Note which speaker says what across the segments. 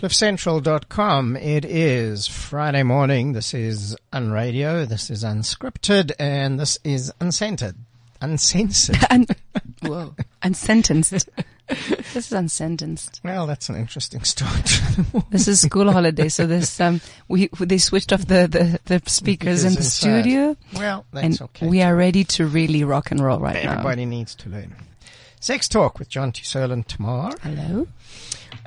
Speaker 1: CliffCentral.com. It is Friday morning. This is Unradio. This is Unscripted. And this is Uncentered. Uncensored.
Speaker 2: Un- Whoa. Unsentenced. this is unsentenced.
Speaker 1: well, that's an interesting start. to the morning.
Speaker 2: This is school holiday, so this um we they switched off the the, the speakers in the
Speaker 1: Inside.
Speaker 2: studio,
Speaker 1: Well, that's
Speaker 2: and
Speaker 1: okay.
Speaker 2: we are um, ready to really rock and roll right
Speaker 1: Everybody needs to learn. Sex Talk with John T. Serlin tomorrow.
Speaker 2: now. Hello.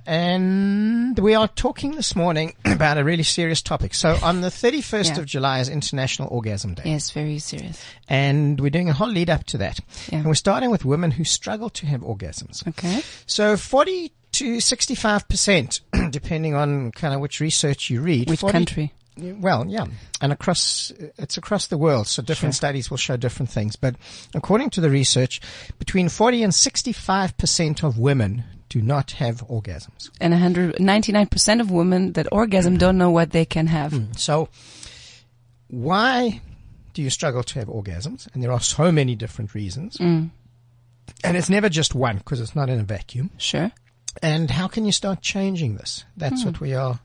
Speaker 1: And we are talking this morning about a really serious topic. So on the 31st
Speaker 2: Yeah.
Speaker 1: of July is International Orgasm Day.
Speaker 2: Yes, very serious.
Speaker 1: And we're doing a whole lead up to that.
Speaker 2: Yeah.
Speaker 1: And we're starting with women who struggle to have orgasms.
Speaker 2: Okay.
Speaker 1: So 40 to 65%, depending on kind of which research you read.
Speaker 2: Which
Speaker 1: 40
Speaker 2: country?
Speaker 1: Well, yeah. And across, it's across the world. So different studies will show different things. But according to the research, between 40 and 65% of women do not have orgasms.
Speaker 2: And 199 percent of women that orgasm don't know what they can have.
Speaker 1: So why do you struggle to have orgasms? And there are so many different reasons.
Speaker 2: Mm.
Speaker 1: And it's never just one because it's not in a vacuum.
Speaker 2: Sure.
Speaker 1: And how can you start changing this? That's what
Speaker 2: Hmm.
Speaker 1: we are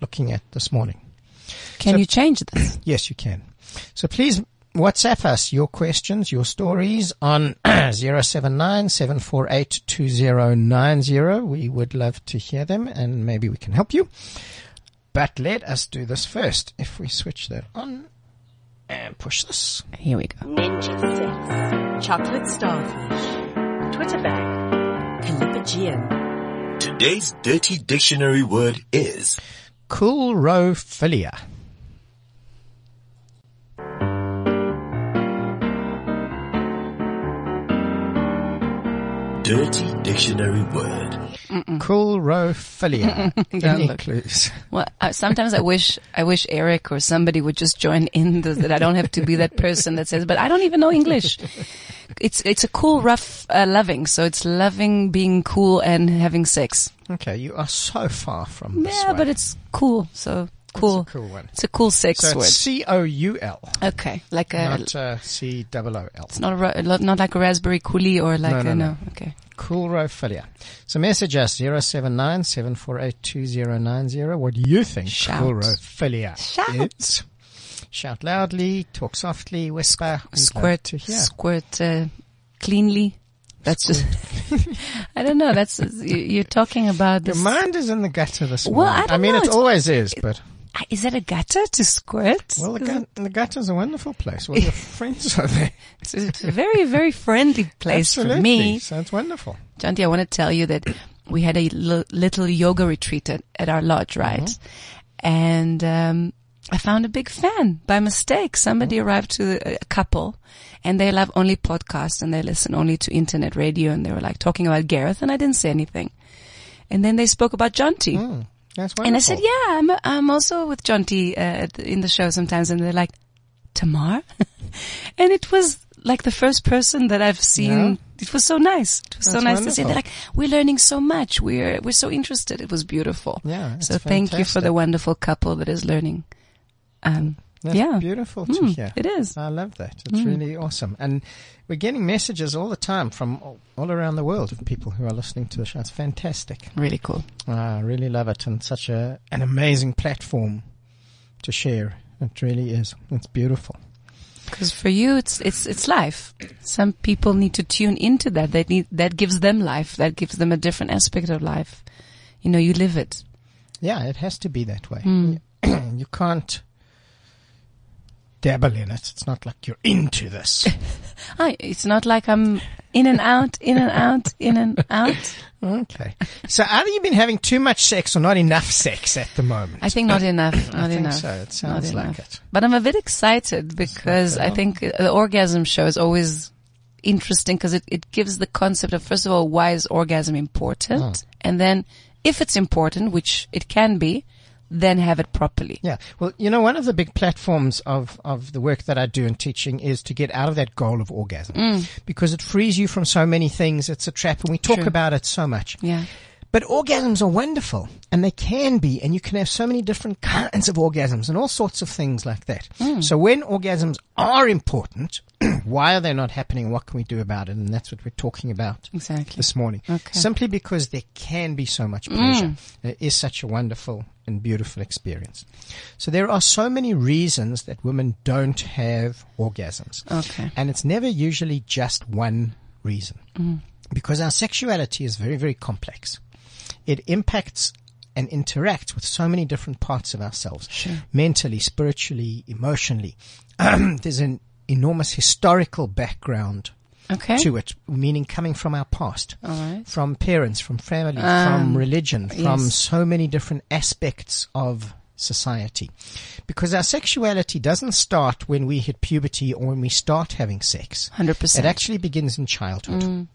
Speaker 1: looking at this morning.
Speaker 2: Can
Speaker 1: So-
Speaker 2: you change this?
Speaker 1: Yes, you can. So please WhatsApp us your questions, your stories on 079 748 2090. We would love to hear them and maybe we can help you. But let us do this first. If we switch that on and push this.
Speaker 2: Here we go.
Speaker 3: Ninja Six, Chocolate Starfish, Twitter Bag, Calipagian,
Speaker 4: Today's dirty dictionary word is
Speaker 1: Coolrophilia.
Speaker 4: dirty dictionary word.
Speaker 2: Mm.
Speaker 1: Coolrophilia. Any
Speaker 2: look.
Speaker 1: clues?
Speaker 2: Well, I, sometimes I wish I wish Eric or somebody would just join in the, that I don't have to be that person that says, "But I don't even know English." It's it's a cool, rough uh, loving. So it's loving being cool and having sex.
Speaker 1: Okay, you are so far from this
Speaker 2: yeah,
Speaker 1: one.
Speaker 2: but it's cool. So cool.
Speaker 1: cool one.
Speaker 2: It's a cool sex
Speaker 1: so
Speaker 2: word.
Speaker 1: it's C-O-U-L,
Speaker 2: okay, like a
Speaker 1: not uh, C-O-O-L.
Speaker 2: it's not a, ra- lo- not like a raspberry coolie or like
Speaker 1: No, no,
Speaker 2: a
Speaker 1: no.
Speaker 2: Okay,
Speaker 1: Coolrophilia. So message us 79 748 What do you think
Speaker 2: Shout.
Speaker 1: coolrophilia
Speaker 2: Shout.
Speaker 1: is? Shout loudly, talk softly, whisper, we'd love
Speaker 2: squirt
Speaker 1: to hear.
Speaker 2: squirt uh, cleanly. That's just. I don't know. That's you- you're talking about
Speaker 1: Your
Speaker 2: this.
Speaker 1: mind is in the gutter this
Speaker 2: Well,
Speaker 1: morning.
Speaker 2: I don't
Speaker 1: mean,
Speaker 2: know,
Speaker 1: it
Speaker 2: it's-
Speaker 1: always is, but
Speaker 2: Ah, Is that a gutter to squirt?
Speaker 1: well, the,
Speaker 2: Is
Speaker 1: gut, the gutter's a wonderful place. Well, your friends are there.
Speaker 2: it- It's a very, very friendly place
Speaker 1: Absolutely.
Speaker 2: for me.
Speaker 1: So it's wonderful.
Speaker 2: Jonty, I want to tell you that we had a l- little yoga retreat at, at our lodge, right? And um, I found a big fan by mistake. Somebody arrived to a, a couple and they love only podcasts and they listen only to internet radio and they were like talking about Gareth and I didn't say anything. And then they spoke about Jonty.
Speaker 1: That's wonderful.
Speaker 2: And I said, yeah, I'm, I'm also with John T uh, at the- in the show sometimes. And they're like, Tamar? and it was like the first person that I've seen.
Speaker 1: Yeah.
Speaker 2: It was so nice. It was so
Speaker 1: That's
Speaker 2: nice to see. They're
Speaker 1: wonderful.
Speaker 2: like, we're learning so much. We're, we're so interested. It was beautiful.
Speaker 1: Yeah,
Speaker 2: So
Speaker 1: it's
Speaker 2: thank you for
Speaker 1: fantastic.
Speaker 2: the wonderful couple that is learning. Um,
Speaker 1: That's
Speaker 2: yeah.
Speaker 1: beautiful to
Speaker 2: Mm,
Speaker 1: hear.
Speaker 2: it is. Mm.
Speaker 1: I love that. It's really awesome. And we're getting messages all the time from all, all around the world of people who are listening to the show. It's fantastic.
Speaker 2: really cool.
Speaker 1: Ah, I really love it and such a an amazing platform to share. It really is. It's beautiful.
Speaker 2: Because for you, it's, it's, it's life. Some people need to tune into that. They need, that gives them life. That gives them a different aspect of life. You know, you live it.
Speaker 1: Yeah, it has to be that way.
Speaker 2: Mm.
Speaker 1: you can't dabble in it. It's not like you're into this.
Speaker 2: I, it's not like I'm in and out, in and out, in and out.
Speaker 1: Okay. So either you've been having too much sex or not enough sex at the moment.
Speaker 2: I think not enough. Not
Speaker 1: I think
Speaker 2: enough.
Speaker 1: so. It sounds
Speaker 2: not
Speaker 1: like
Speaker 2: enough.
Speaker 1: it.
Speaker 2: But I'm a bit excited because I think the orgasm show is always interesting because it, it gives the concept of first of all why is orgasm important,
Speaker 1: Ah.
Speaker 2: and then if it's important, which it can be, then have it properly.
Speaker 1: Yeah. Well, you know, one of the big platforms of, of the work that I do in teaching is to get out of that goal of orgasm because it frees you from so many things. It's a trap and we talk
Speaker 2: True.
Speaker 1: about it so much.
Speaker 2: Yeah.
Speaker 1: But orgasms are wonderful and they can be and you can have so many different kinds of orgasms and all sorts of things like that. So when orgasms are important, why are they not happening? What can we do about it? And that's what we're talking about
Speaker 2: Exactly.
Speaker 1: this morning.
Speaker 2: Okay. Mm.
Speaker 1: Simply because there can be so much pleasure. It is such a wonderful and beautiful experience. So there are so many reasons that women don't have orgasms.
Speaker 2: Okay.
Speaker 1: And it's never usually just one reason.
Speaker 2: Mm.
Speaker 1: Because our sexuality is very, very complex. It impacts and interacts with so many different parts of ourselves. Mentally, spiritually, emotionally. There's an enormous historical background
Speaker 2: Okay.
Speaker 1: to it, meaning coming from our past,
Speaker 2: Eh? All right. Um,
Speaker 1: from parents, from family, from religion, from so many different aspects of society. Because our sexuality doesn't start when we hit puberty or when we start having sex.
Speaker 2: Hundred
Speaker 1: It
Speaker 2: percent.
Speaker 1: actually begins in childhood.
Speaker 2: Mm.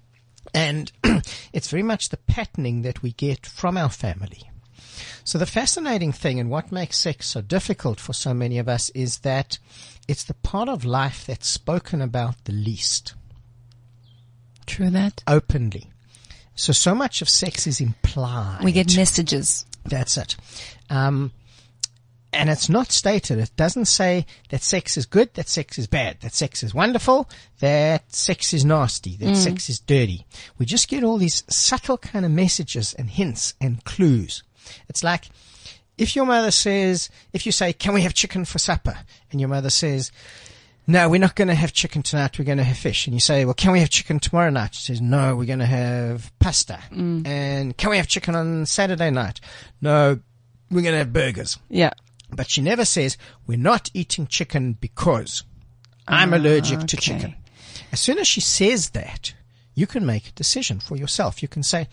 Speaker 1: And it's very much the patterning that we get from our family. So the fascinating thing and what makes sex so difficult for so many of us is that it's the part of life that's spoken about the least
Speaker 2: True that.
Speaker 1: openly. So so much of sex is implied.
Speaker 2: We get messages.
Speaker 1: that's it, um, and it's not stated. It doesn't say that sex is good, that sex is bad, that sex is wonderful, that sex is nasty, that sex is dirty. We just get all these subtle kind of messages and hints and clues. It's like if your mother says, if you say, "Can we have chicken for supper?" and your mother says, no, we're not going to have chicken tonight. We're going to have fish. And you say, well, can we have chicken tomorrow night? She says, no, we're going to have pasta. And can we have chicken on Saturday night? No, we're going to have burgers.
Speaker 2: Yeah.
Speaker 1: But she never says, we're not eating chicken because I'm allergic to
Speaker 2: okay.
Speaker 1: chicken. As soon as she says that, you can make a decision for yourself. You can say,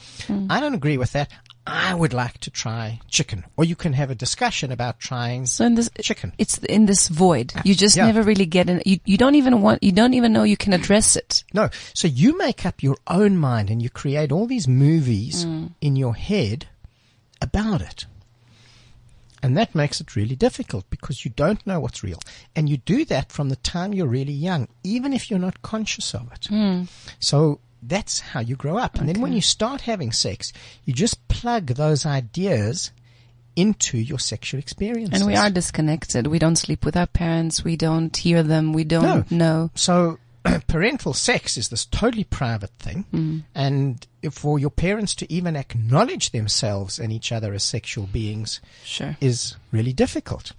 Speaker 1: I don't agree with that. I would like to try chicken. Or you can have a discussion about trying
Speaker 2: So in this
Speaker 1: chicken.
Speaker 2: it's in this void. You just
Speaker 1: Yeah.
Speaker 2: never really get in. You, you don't even want. You don't even know you can address it.
Speaker 1: No. So you make up your own mind and you create all these movies
Speaker 2: Mm.
Speaker 1: in your head about it. And that makes it really difficult because you don't know what's real. And you do that from the time you're really young, even if you're not conscious of it.
Speaker 2: Mm.
Speaker 1: So that's how you grow up. And then when you start having sex, you just plug those ideas into your sexual experiences.
Speaker 2: And we are disconnected. We don't sleep with our parents. We don't hear them. We don't know.
Speaker 1: So parental sex is this totally private thing. And if for your parents to even acknowledge themselves and each other as sexual beings
Speaker 2: Sure.
Speaker 1: is really difficult.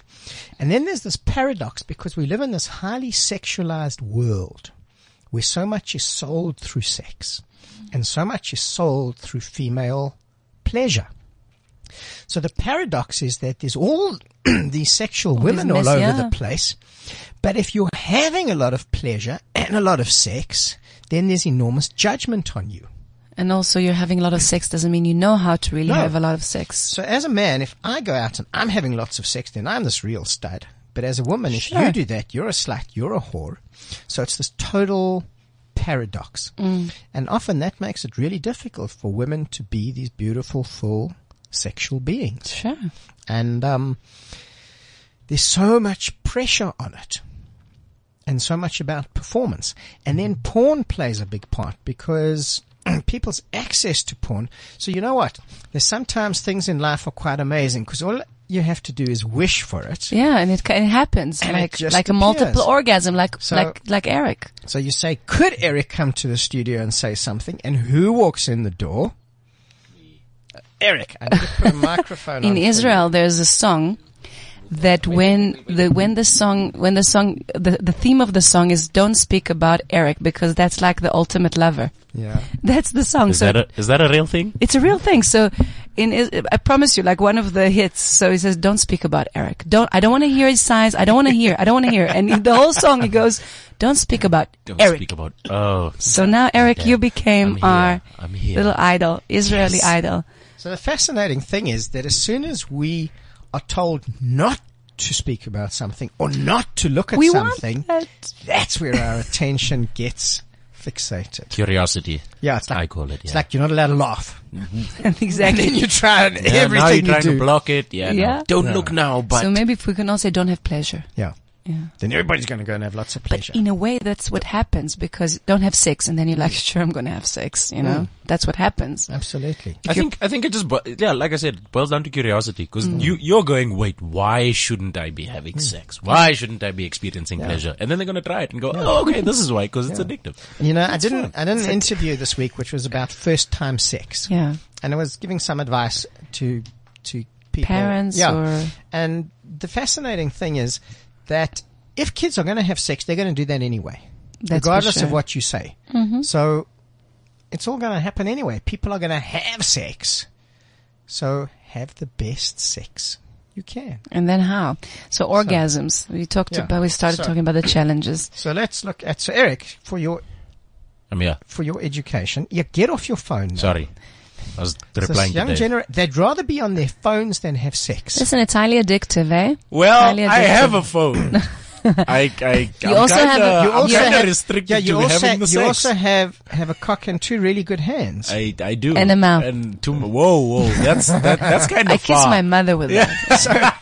Speaker 1: And then there's this paradox because we live in this highly sexualized world where so much is sold through sex and so much is sold through female pleasure. So the paradox is that there's all these sexual women
Speaker 2: mess-
Speaker 1: all over
Speaker 2: yeah.
Speaker 1: the place. But if you're having a lot of pleasure and a lot of sex, then there's enormous judgment on you.
Speaker 2: And also, you're having a lot of sex doesn't mean you know how to really
Speaker 1: No.
Speaker 2: have a lot of sex.
Speaker 1: So as a man, if I go out and I'm having lots of sex, then I'm this real stud. But as a woman, if
Speaker 2: Sure.
Speaker 1: you do that, you're a slut, you're a whore. So it's this total paradox. And often that makes it really difficult for women to be these beautiful, full sexual beings.
Speaker 2: Sure.
Speaker 1: And um, there's so much pressure on it and so much about performance. And then porn plays a big part because people's access to porn. So you know what? There's sometimes things in life are quite amazing because all you have to do is wish for it.
Speaker 2: Yeah, and it, ca- it happens
Speaker 1: And it
Speaker 2: like
Speaker 1: just
Speaker 2: like a
Speaker 1: appears.
Speaker 2: multiple orgasm, like
Speaker 1: So-
Speaker 2: like like Eric.
Speaker 1: So you say, could Eric come to the studio and say something? And who walks in the door? Eric. I need to put a microphone on
Speaker 2: In
Speaker 1: for you.
Speaker 2: Israel, there's a song that when the when the song when the song the, the theme of the song is don't speak about Eric because that's like the ultimate lover.
Speaker 1: Yeah.
Speaker 2: That's the song.
Speaker 5: Is
Speaker 2: so
Speaker 5: that a, is that a real thing?
Speaker 2: it's a real thing. So in, Is- I promise you, like one of the hits. So he says, "Don't speak about Eric. Don't. I don't want to hear his size. I don't want to hear. I don't want to hear." And in the whole song, he goes, "Don't speak about
Speaker 5: Don't
Speaker 2: Eric."
Speaker 5: speak about. Oh,
Speaker 2: so now, Eric,
Speaker 5: Okay.
Speaker 2: you
Speaker 5: I'm
Speaker 2: became
Speaker 5: here.
Speaker 2: our
Speaker 5: I'm here.
Speaker 2: little idol, Israeli idol.
Speaker 1: So the fascinating thing is that as soon as we are told not to speak about something or not to look at
Speaker 2: We
Speaker 1: something,
Speaker 2: want that.
Speaker 1: that's where our attention gets fixated.
Speaker 5: curiosity.
Speaker 1: Yeah, it's like
Speaker 5: I call it.
Speaker 1: It's
Speaker 5: yeah.
Speaker 1: like you're not allowed to laugh.
Speaker 2: exactly.
Speaker 1: Then you try and
Speaker 5: Yeah, now you're
Speaker 1: everything you
Speaker 5: trying to
Speaker 1: do.
Speaker 5: block it. Yeah. no.
Speaker 2: Yeah.
Speaker 5: Don't look now, but
Speaker 2: so maybe if we can all say, "Don't have pleasure."
Speaker 1: Yeah.
Speaker 2: Yeah.
Speaker 1: Then everybody's going to go and have lots of
Speaker 2: But
Speaker 1: pleasure.
Speaker 2: in a way, that's what happens because don't have sex, and then you're like, "Sure, I'm going to have sex." You know, that's what happens.
Speaker 1: Absolutely.
Speaker 5: I think I think it just bo- yeah, like I said, it boils down to curiosity because
Speaker 2: Mm.
Speaker 5: you you're going wait, why shouldn't I be
Speaker 1: Mm.
Speaker 5: having sex? Why shouldn't I be experiencing pleasure? And then they're gonna try it and go, oh okay, this is why because it's addictive.
Speaker 1: You know, I didn't, I did an interview this week, which was about first time sex.
Speaker 2: Yeah.
Speaker 1: and I was giving some advice to to people,
Speaker 2: Parents
Speaker 1: yeah.
Speaker 2: or-
Speaker 1: And the fascinating thing is that if kids are going to have sex, they're going to do that anyway,
Speaker 2: That's for
Speaker 1: regardless
Speaker 2: sure. Mm-hmm.
Speaker 1: of what you say. So it's all going to happen anyway. People are going to have sex, so have the best sex you can.
Speaker 2: And then how? So orgasms. we talked
Speaker 1: Yeah.
Speaker 2: about. We started
Speaker 1: So-
Speaker 2: talking about the challenges.
Speaker 1: So let's look at so Eric for your
Speaker 5: I mean, yeah,
Speaker 1: for your education. Yeah, get off your phone. Now.
Speaker 5: sorry, I was
Speaker 1: This
Speaker 5: replying to
Speaker 1: young
Speaker 5: Dave.
Speaker 1: gener- they'd rather be on their phones than have sex.
Speaker 2: Listen, it's highly addictive, eh?
Speaker 5: well,
Speaker 2: Highly
Speaker 5: I
Speaker 2: addictive.
Speaker 5: have a phone. I I I'm
Speaker 2: also
Speaker 5: kinda,
Speaker 2: have a- you
Speaker 5: I'm
Speaker 2: also
Speaker 5: kinda
Speaker 2: have-
Speaker 5: restricted
Speaker 1: yeah, you
Speaker 5: to
Speaker 1: also
Speaker 5: having the
Speaker 1: you
Speaker 5: sex.
Speaker 1: also have have a cock and two really good hands.
Speaker 5: I, I do
Speaker 2: And a mouth.
Speaker 5: and two whoa whoa that's that, that's kind of
Speaker 2: I kissed
Speaker 5: far.
Speaker 2: my mother with that.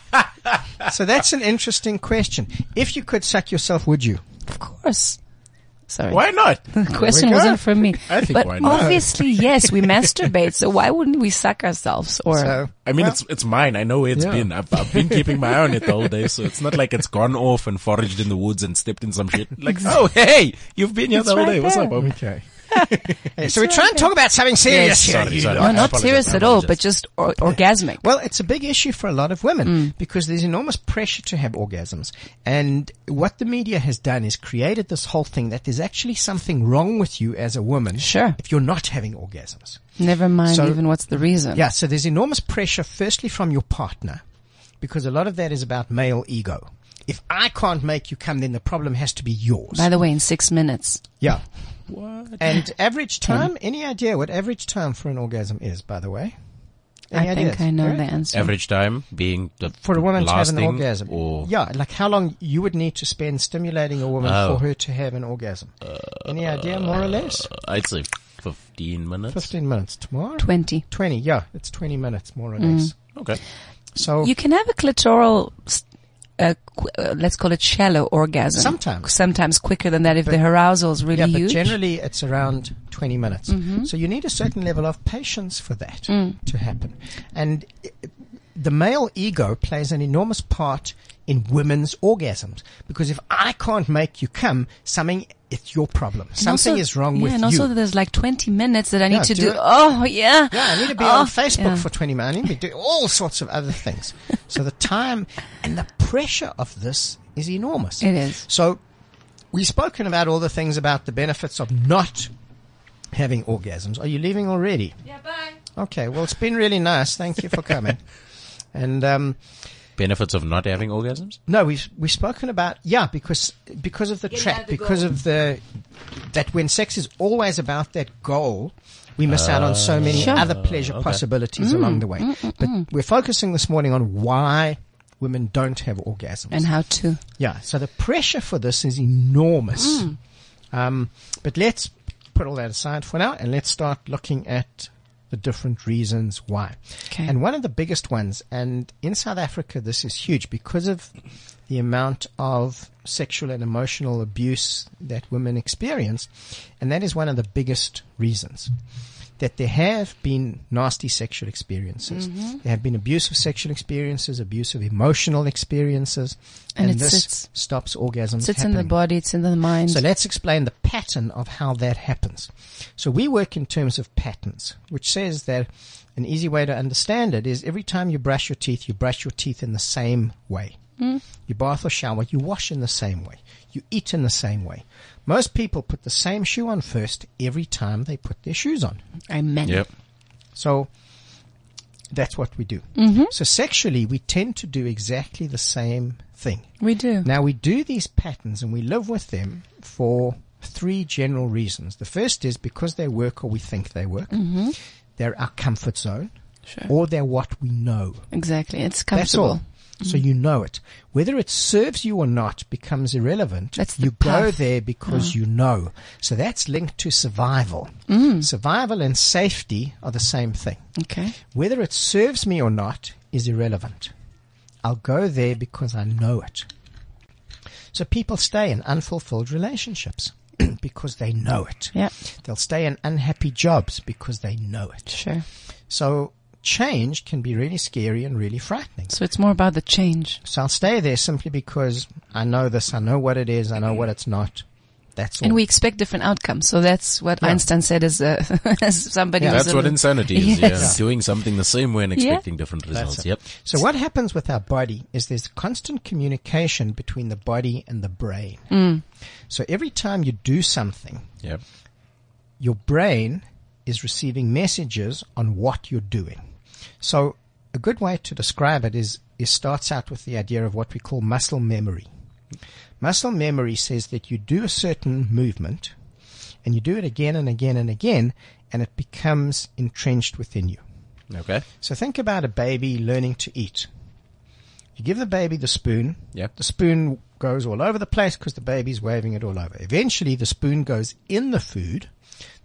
Speaker 1: so that's an interesting question. If you could suck yourself, would you?
Speaker 2: Of course. Sorry.
Speaker 5: why not
Speaker 2: The question
Speaker 1: we go.
Speaker 2: wasn't from me.
Speaker 5: I think
Speaker 2: but
Speaker 5: why not?
Speaker 2: obviously, yes, we masturbate. So why wouldn't we suck ourselves? Or
Speaker 1: So
Speaker 5: I mean, it's it's mine. I know where it's
Speaker 1: Yeah.
Speaker 5: been. I've, I've been keeping my eye on it the whole day, so it's not like it's gone off and foraged in the woods and stepped in some shit. Like, oh hey, you've been here
Speaker 2: It's
Speaker 5: the whole
Speaker 2: right
Speaker 5: day. What's up,
Speaker 2: there.
Speaker 5: homie?
Speaker 1: okay. Hey, so we try and talk about something serious here.
Speaker 5: Sorry,
Speaker 1: you
Speaker 5: sorry.
Speaker 1: lot.
Speaker 2: no,
Speaker 5: I
Speaker 2: not
Speaker 5: apologize,
Speaker 2: serious
Speaker 5: I
Speaker 2: at all,
Speaker 5: apologize.
Speaker 2: but just or- orgasmic.
Speaker 1: Well, it's a big issue for a lot of women because there's enormous pressure to have orgasms. And what the media has done is created this whole thing that there's actually something wrong with you as a woman.
Speaker 2: Sure.
Speaker 1: If you're not having orgasms.
Speaker 2: Never mind
Speaker 1: So-
Speaker 2: even what's the reason.
Speaker 1: Yeah, so there's enormous pressure, firstly, from your partner, because a lot of that is about male ego. If I can't make you come, then the problem has to be yours.
Speaker 2: By the way, in six minutes.
Speaker 1: yeah. And average time? Any idea what average time for an orgasm is, by the way? Any
Speaker 2: I think
Speaker 1: ideas?
Speaker 2: I know
Speaker 1: Eric?
Speaker 2: the answer.
Speaker 5: Average time being the
Speaker 1: For a woman to have an
Speaker 5: lasting
Speaker 1: orgasm.
Speaker 5: or
Speaker 1: Yeah, like how long you would need to spend stimulating a woman
Speaker 5: Oh.
Speaker 1: for her to have an orgasm. Any idea, more or less?
Speaker 5: uh, I'd say fifteen minutes.
Speaker 1: 15 minutes. Tomorrow?
Speaker 2: 20.
Speaker 1: 20, yeah. It's 20 minutes, more or less.
Speaker 5: Okay,
Speaker 1: So,
Speaker 2: Mm. You can have a clitoral, s- uh, qu- uh, let's call it shallow orgasm.
Speaker 1: Sometimes.
Speaker 2: Sometimes quicker than that if the arousal is really
Speaker 1: yeah,
Speaker 2: huge. Mm-hmm.
Speaker 1: but generally it's around 20 minutes. So you need a certain level of patience for that
Speaker 2: Mm.
Speaker 1: to happen. And i- the male ego plays an enormous part in women's orgasms because if I can't make you come, something it's your problem.
Speaker 2: And
Speaker 1: Something
Speaker 2: also-
Speaker 1: is wrong
Speaker 2: yeah,
Speaker 1: with
Speaker 2: and
Speaker 1: you.
Speaker 2: also there's like 20 minutes that I need
Speaker 1: Yeah,
Speaker 2: to
Speaker 1: do
Speaker 2: do.
Speaker 1: it.
Speaker 2: Oh, yeah.
Speaker 1: yeah, I need to be
Speaker 2: Oh,
Speaker 1: on Facebook
Speaker 2: yeah.
Speaker 1: for 20 minutes. I need to do all sorts of other things. so the time and the pressure of this is enormous.
Speaker 2: It is.
Speaker 1: So we've spoken about all the things about the benefits of not having orgasms. Are you leaving already? Yeah, bye. Okay, well, it's been really nice. Thank you for coming. and, um,
Speaker 5: benefits of not having orgasms.
Speaker 1: no, we've we've spoken about yeah because because of the trap because of the that when sex is always about that goal, we miss out on so many
Speaker 2: Sure.
Speaker 1: other pleasure possibilities along the way. But we're focusing this morning on why women don't have orgasms.
Speaker 2: And how to.
Speaker 1: yeah, so the pressure for this is enormous. Um, but let's put all that aside for now and let's start looking at the different reasons why.
Speaker 2: Okay.
Speaker 1: And one of the biggest ones, and in South Africa, this is huge because of the amount of sexual and emotional abuse that women experience. And that is one of the biggest reasons that there have been nasty sexual experiences. There have been abusive sexual experiences, abusive emotional experiences.
Speaker 2: And
Speaker 1: And,
Speaker 2: it
Speaker 1: this
Speaker 2: sits-
Speaker 1: stops orgasms.
Speaker 2: So it's in the
Speaker 1: happening.
Speaker 2: body, it's in the mind.
Speaker 1: So let's explain the pattern of how that happens. So we work in terms of patterns, which says that an easy way to understand it is every time you brush your teeth, you brush your teeth in the same way.
Speaker 2: Hmm.
Speaker 1: You bath or shower, you wash in the same way. You eat in the same way. Most people put the same shoe on first every time they put their shoes on.
Speaker 2: I meant.
Speaker 5: Yep.
Speaker 1: So that's what we do.
Speaker 2: Mm-hmm.
Speaker 1: So sexually, we tend to do exactly the same thing.
Speaker 2: We do.
Speaker 1: Now we do these patterns and we live with them for three general reasons. The first is because they work or we think they work. They're our comfort zone
Speaker 2: Mm-hmm. Sure.
Speaker 1: or they're what we know.
Speaker 2: Exactly. It's
Speaker 1: That's
Speaker 2: comfortable. Mm-hmm.
Speaker 1: all. So you know it. Whether it serves you or not becomes irrelevant.
Speaker 2: That's the
Speaker 1: you go
Speaker 2: path. Mm.
Speaker 1: there because you know. So that's linked to survival.
Speaker 2: Mm.
Speaker 1: Survival and safety are the same thing.
Speaker 2: Okay.
Speaker 1: Whether it serves me or not is irrelevant. I'll go there because I know it. So people stay in unfulfilled relationships because they know it.
Speaker 2: Yeah.
Speaker 1: They'll stay in unhappy jobs because they know it.
Speaker 2: Sure.
Speaker 1: So change can be really scary and really frightening.
Speaker 2: So it's more about the change.
Speaker 1: So I'll stay there simply because I know this, I know what it is, I know what it's not. That's all.
Speaker 5: Oh.
Speaker 2: And we expect different outcomes. So that's what
Speaker 1: Yeah.
Speaker 2: Einstein said as, uh, as somebody who's
Speaker 5: That's
Speaker 2: a-
Speaker 5: what insanity is.
Speaker 2: Yes.
Speaker 5: Yeah. Doing something the same way and expecting different results.
Speaker 1: it.
Speaker 5: Yep.
Speaker 1: so what happens with our body is there's constant communication between the body and the brain. So every time you do something,
Speaker 5: Yep.
Speaker 1: your brain is receiving messages on what you're doing. So a good way to describe it is it starts out with the idea of what we call muscle memory. Muscle memory says that you do a certain movement and you do it again and again and again and it becomes entrenched within you.
Speaker 5: Okay.
Speaker 1: So think about a baby learning to eat. You give the baby the spoon.
Speaker 5: Yep.
Speaker 1: The spoon goes all over the place because the baby's waving it all over. Eventually the spoon goes in the food.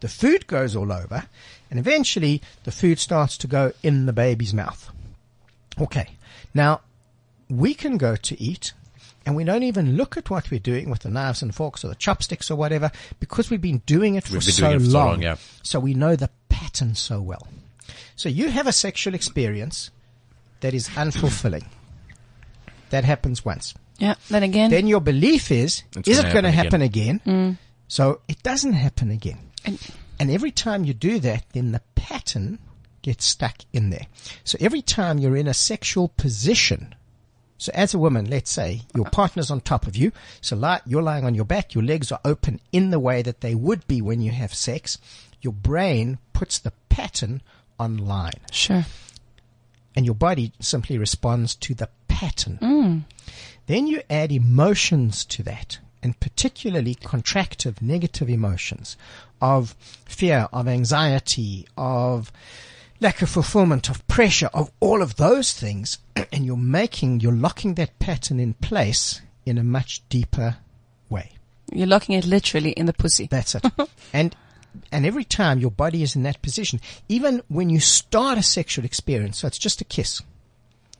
Speaker 1: The food goes all over and eventually the food starts to go in the baby's mouth. Okay. Now we can go to eat and we don't even look at what we're doing with the knives and forks or the chopsticks or whatever because we've been doing it for,
Speaker 5: We've been
Speaker 1: so,
Speaker 5: doing it
Speaker 1: long.
Speaker 5: for so long, yeah.
Speaker 1: So we know the pattern so well. So you have a sexual experience that is unfulfilling. that happens once.
Speaker 2: Yeah. Then again, Mm.
Speaker 1: Then your belief is,
Speaker 5: It's
Speaker 1: is
Speaker 5: gonna
Speaker 1: it going to happen
Speaker 5: happen
Speaker 1: again? So it doesn't happen again.
Speaker 2: and
Speaker 1: And every time you do that, then the pattern gets stuck in there. So every time you're in a sexual position, so as a woman, let's say your partner's on top of you, so li- you're lying on your back, your legs are open in the way that they would be when you have sex, your brain puts the pattern online
Speaker 2: sure.
Speaker 1: and your body simply responds to the pattern. Then you add emotions to that, and particularly contractive, negative emotions of fear, of anxiety, of lack of fulfillment, of pressure, of all of those things, and you're making, you're locking that pattern in place in a much deeper way.
Speaker 2: You're locking it literally in the pussy.
Speaker 1: That's it. and and every time your body is in that position, even when you start a sexual experience, so it's just a kiss,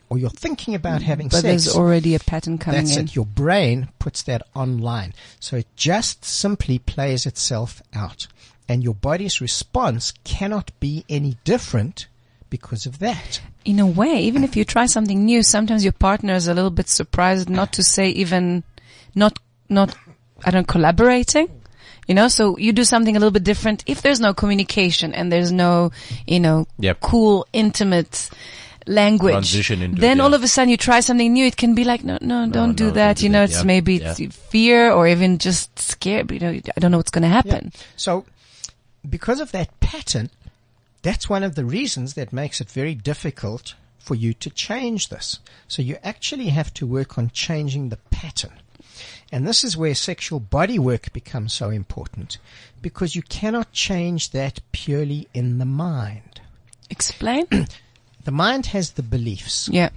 Speaker 1: or you're thinking about having
Speaker 2: Mm-hmm. But
Speaker 1: sex,
Speaker 2: there's already a pattern coming
Speaker 1: that's
Speaker 2: in.
Speaker 1: it. Your brain puts that online, so it just simply plays itself out, and your body's response cannot be any different because of that.
Speaker 2: In a way, even if you try something new, sometimes your partner is a little bit surprised not to say even, not, not, I don't, collaborating. You know, so you do something a little bit different. If there's no communication and there's no, you know,
Speaker 5: Yep.
Speaker 2: cool, intimate language,
Speaker 5: Transition into it,
Speaker 2: then
Speaker 5: yeah.
Speaker 2: all of a sudden you try something new. It can be like, no, no, don't do
Speaker 5: no,
Speaker 2: that.
Speaker 5: don't do
Speaker 2: you know,
Speaker 5: that.
Speaker 2: it's
Speaker 5: Yeah.
Speaker 2: maybe it's
Speaker 5: Yeah.
Speaker 2: fear or even just scared. You know, I don't know what's going to happen.
Speaker 1: So, because of that pattern, that's one of the reasons that makes it very difficult for you to change this. So you actually have to work on changing the pattern. And this is where sexual body work becomes so important because you cannot change that purely in the mind.
Speaker 2: Explain.
Speaker 1: The mind has the beliefs.
Speaker 2: yeah.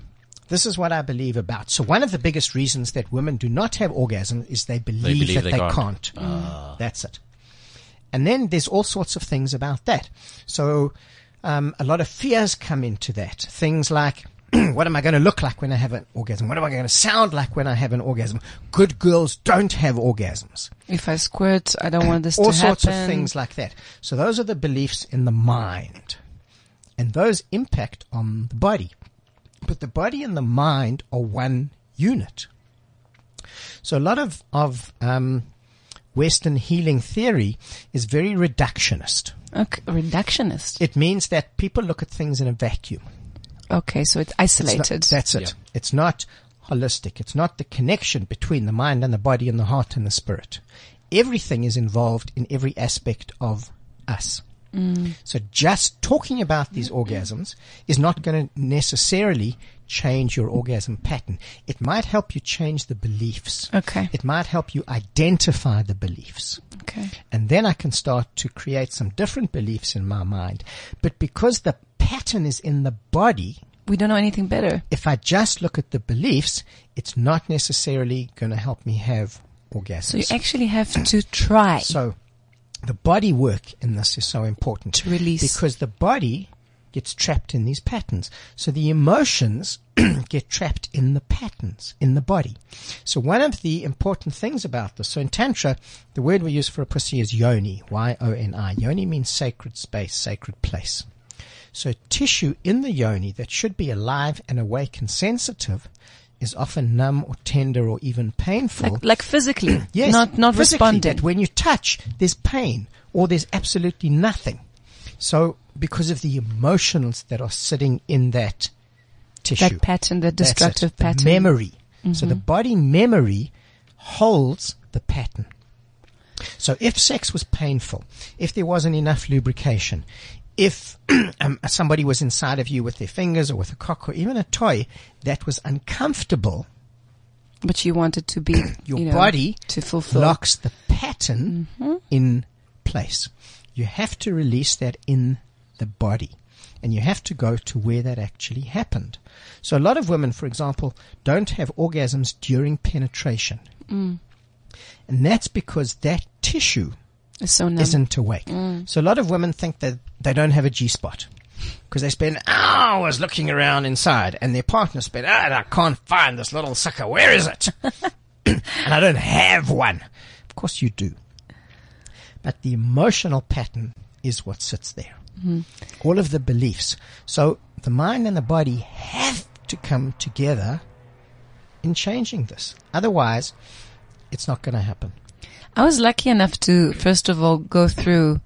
Speaker 1: This is what I believe about. So one of the biggest reasons that women do not have orgasm is they believe,
Speaker 5: believe
Speaker 1: that they,
Speaker 5: they
Speaker 1: can't. Ah. Mm.
Speaker 5: can't.
Speaker 1: That's it. And then there's all sorts of things about that. So um, a lot of fears come into that. Things like, what am I going to look like when I have an orgasm? What am I going to sound like when I have an orgasm? Good girls don't have orgasms.
Speaker 2: If I squirt, I don't want this
Speaker 1: all
Speaker 2: to happen.
Speaker 1: sorts of things like that. So those are the beliefs in the mind. And those impact on the body. But the body and the mind are one unit. So a lot of, of um, Western healing theory is very reductionist.
Speaker 2: Okay, reductionist.
Speaker 1: It means that people look at things in a vacuum.
Speaker 2: Okay, so it's
Speaker 1: It's not-
Speaker 2: isolated.
Speaker 1: that's it.
Speaker 5: Yeah.
Speaker 1: It's not holistic. It's not the connection between the mind and the body and the heart and the spirit. Everything is involved in every aspect of us. So just talking about these orgasms is not going to necessarily change your orgasm pattern. It might help you change the beliefs.
Speaker 2: Okay.
Speaker 1: It might help you identify the beliefs.
Speaker 2: Okay.
Speaker 1: And then I can start to create some different beliefs in my mind. But because the pattern is in the body,
Speaker 2: We don't know anything better.
Speaker 1: if I just look at the beliefs, it's not necessarily going to help me have orgasms.
Speaker 2: So you actually have to try.
Speaker 1: So the body work in this is so important.
Speaker 2: To release.
Speaker 1: Because the body gets trapped in these patterns. So the emotions get trapped in the patterns in the body. So one of the important things about this, so in Tantra, the word we use for a pussy is yoni, Y-O-N-I. Yoni means sacred space, sacred place. So tissue in the yoni that should be alive and awake and sensitive is often numb or tender or even painful.
Speaker 2: like, like physically,
Speaker 1: Yes,
Speaker 2: not not
Speaker 1: physically,
Speaker 2: responding.
Speaker 1: That when you touch, there's pain or there's absolutely nothing. So because of the emotions that are sitting in that tissue,
Speaker 2: that pattern, that
Speaker 1: That's it,
Speaker 2: destructive
Speaker 1: the
Speaker 2: pattern. Mm-hmm.
Speaker 1: memory. So the body memory holds the pattern. So if sex was painful, if there wasn't enough lubrication, if um, somebody was inside of you with their fingers or with a cock or even a toy that was uncomfortable,
Speaker 2: But you want it to be
Speaker 1: Your
Speaker 2: you know,
Speaker 1: body
Speaker 2: to fulfill.
Speaker 1: locks the pattern in place. You have to release that in the body. And you have to go to where that actually happened. So a lot of women, for example, don't have orgasms during penetration. And that's because that tissue
Speaker 2: It's so numb.
Speaker 1: isn't awake. So a lot of women think that they don't have a G spot because they spend hours looking around inside, and their partner spend, ah, I can't find this little sucker. Where is it? and I don't have one. Of course you do, but the emotional pattern is what sits there. All of the beliefs. So the mind and the body have to come together in changing this. Otherwise, it's not going to happen.
Speaker 2: I was lucky enough to, first of all, go through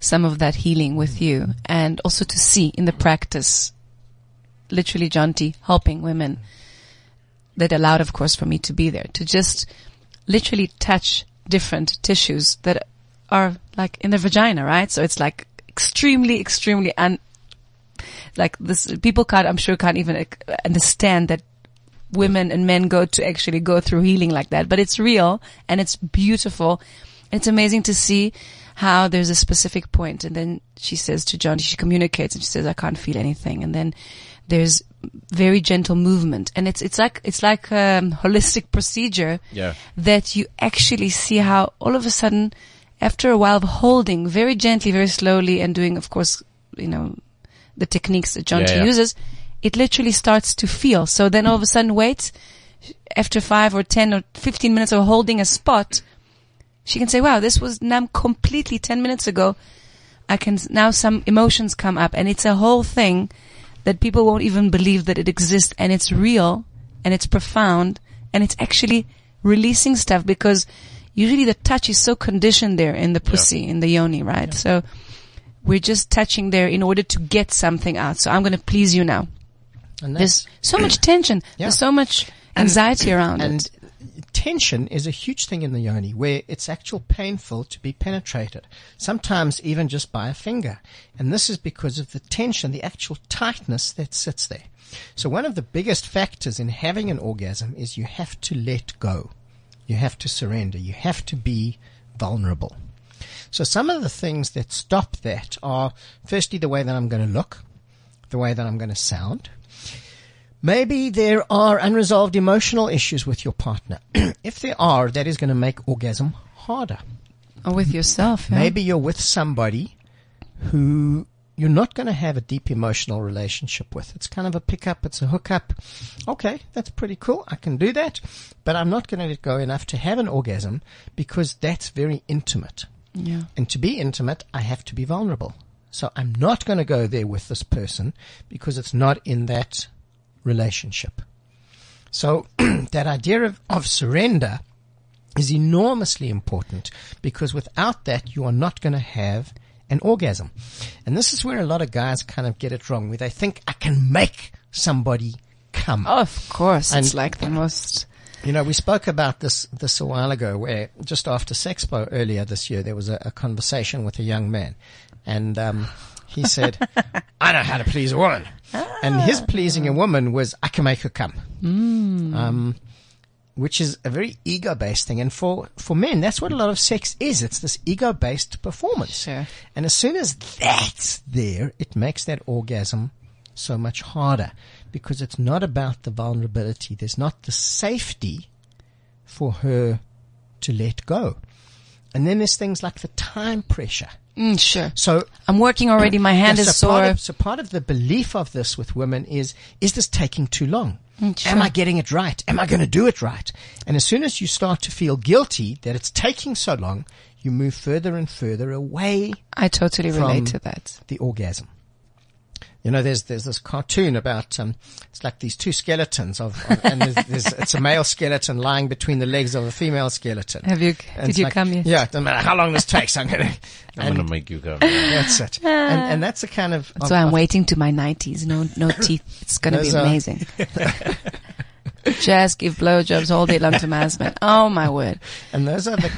Speaker 2: some of that healing with you and also to see in the practice, literally John T helping women that allowed, of course, for me to be there to just literally touch different tissues that are like in the vagina, right? So it's like extremely, extremely un, like this, people can't, I'm sure can't even like, understand that women and men go to actually go through healing like that. But it's real and it's beautiful. It's amazing to see how there's a specific point and then she says to John, she communicates and she says, I can't feel anything. And then there's very gentle movement and it's, it's like, it's like a holistic procedure
Speaker 5: Yeah.
Speaker 2: that you actually see how all of a sudden after a while of holding very gently, very slowly and doing, of course, you know, the techniques that John
Speaker 5: Yeah,
Speaker 2: T
Speaker 5: yeah.
Speaker 2: uses, it literally starts to feel. So then all of a sudden, wait, after five or 10 or 15 minutes of holding a spot, she can say, wow, this was numb completely 10 minutes ago. I can s- now some emotions come up and it's a whole thing that people won't even believe that it exists and it's real and it's profound and it's actually releasing stuff because usually the touch is so conditioned there in the pussy, in the yoni, right? So we're just touching there in order to get something out. So I'm going to please you now.
Speaker 1: And
Speaker 2: There's so much tension.
Speaker 1: Yeah.
Speaker 2: There's so much anxiety around
Speaker 1: and
Speaker 2: it.
Speaker 1: tension is a huge thing in the yoni where it's actual painful to be penetrated sometimes even just by a finger and this is because of the tension the actual tightness that sits there so one of the biggest factors in having an orgasm is you have to let go you have to surrender you have to be vulnerable so some of the things that stop that are firstly the way that i'm going to look the way that i'm going to sound Maybe there are unresolved emotional issues with your partner. if there are, that is going to make orgasm harder.
Speaker 2: Or Oh, with yourself. yeah?
Speaker 1: Maybe you're with somebody who you're not going to have a deep emotional relationship with. It's kind of a pickup, it's a hookup. Okay, that's pretty cool. I can do that. But I'm not going to let go enough to have an orgasm because that's very intimate.
Speaker 2: Yeah.
Speaker 1: And to be intimate, I have to be vulnerable. So I'm not going to go there with this person because it's not in that relationship. So that idea of, of surrender is enormously important because without that, you are not going to have an orgasm. And this is where a lot of guys kind of get it wrong, where they think I can make somebody come.
Speaker 2: Oh, of course. it's
Speaker 1: And-
Speaker 2: like the most.
Speaker 1: You know, we spoke about this this a while ago, where just after Sexpo earlier this year, there was a, a conversation with a young man, and um, he said, "I know how to please a woman," and his pleasing a woman was I can make her come, um, which is a very ego-based thing. And for for men, that's what a lot of sex is. It's this ego-based performance.
Speaker 2: Sure.
Speaker 1: And as soon as that's there, it makes that orgasm so much harder because it's not about the vulnerability. There's not the safety for her to let go. And then there's things like the time pressure.
Speaker 2: Mm, sure.
Speaker 1: So
Speaker 2: I'm working already. My hand
Speaker 1: yeah,
Speaker 2: is
Speaker 1: so
Speaker 2: sore.
Speaker 1: Part of, so part of the belief of this with women is, is this taking too long?
Speaker 2: Mm, sure.
Speaker 1: Am I getting it right? Am I going to do it right? And as soon as you start to feel guilty that it's taking so long, you move further and further away
Speaker 2: I totally relate
Speaker 1: from-
Speaker 2: to that.
Speaker 1: the orgasm. You know, there's there's this cartoon about um, it's like these two skeletons of, of and there's, there's, it's a male skeleton lying between the legs of a female skeleton.
Speaker 2: Have you?
Speaker 1: And
Speaker 2: Did
Speaker 1: it's
Speaker 2: you
Speaker 1: like,
Speaker 2: come yet?
Speaker 1: Yeah, it doesn't matter how long this takes, I'm gonna.
Speaker 5: I'm
Speaker 1: And
Speaker 5: gonna make you Uh, come.
Speaker 1: that's it.
Speaker 2: Ah.
Speaker 1: And, and that's the kind of.
Speaker 2: So I'm waiting to my 90s. No, no teeth. It's gonna be
Speaker 1: Those are-
Speaker 2: amazing. Just give blowjobs all day long to my husband. Oh my word!
Speaker 1: And those are the,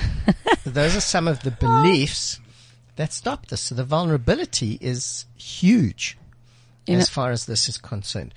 Speaker 1: those are some of the beliefs that stop this. So the vulnerability is huge
Speaker 2: You know-
Speaker 1: as far as this is concerned.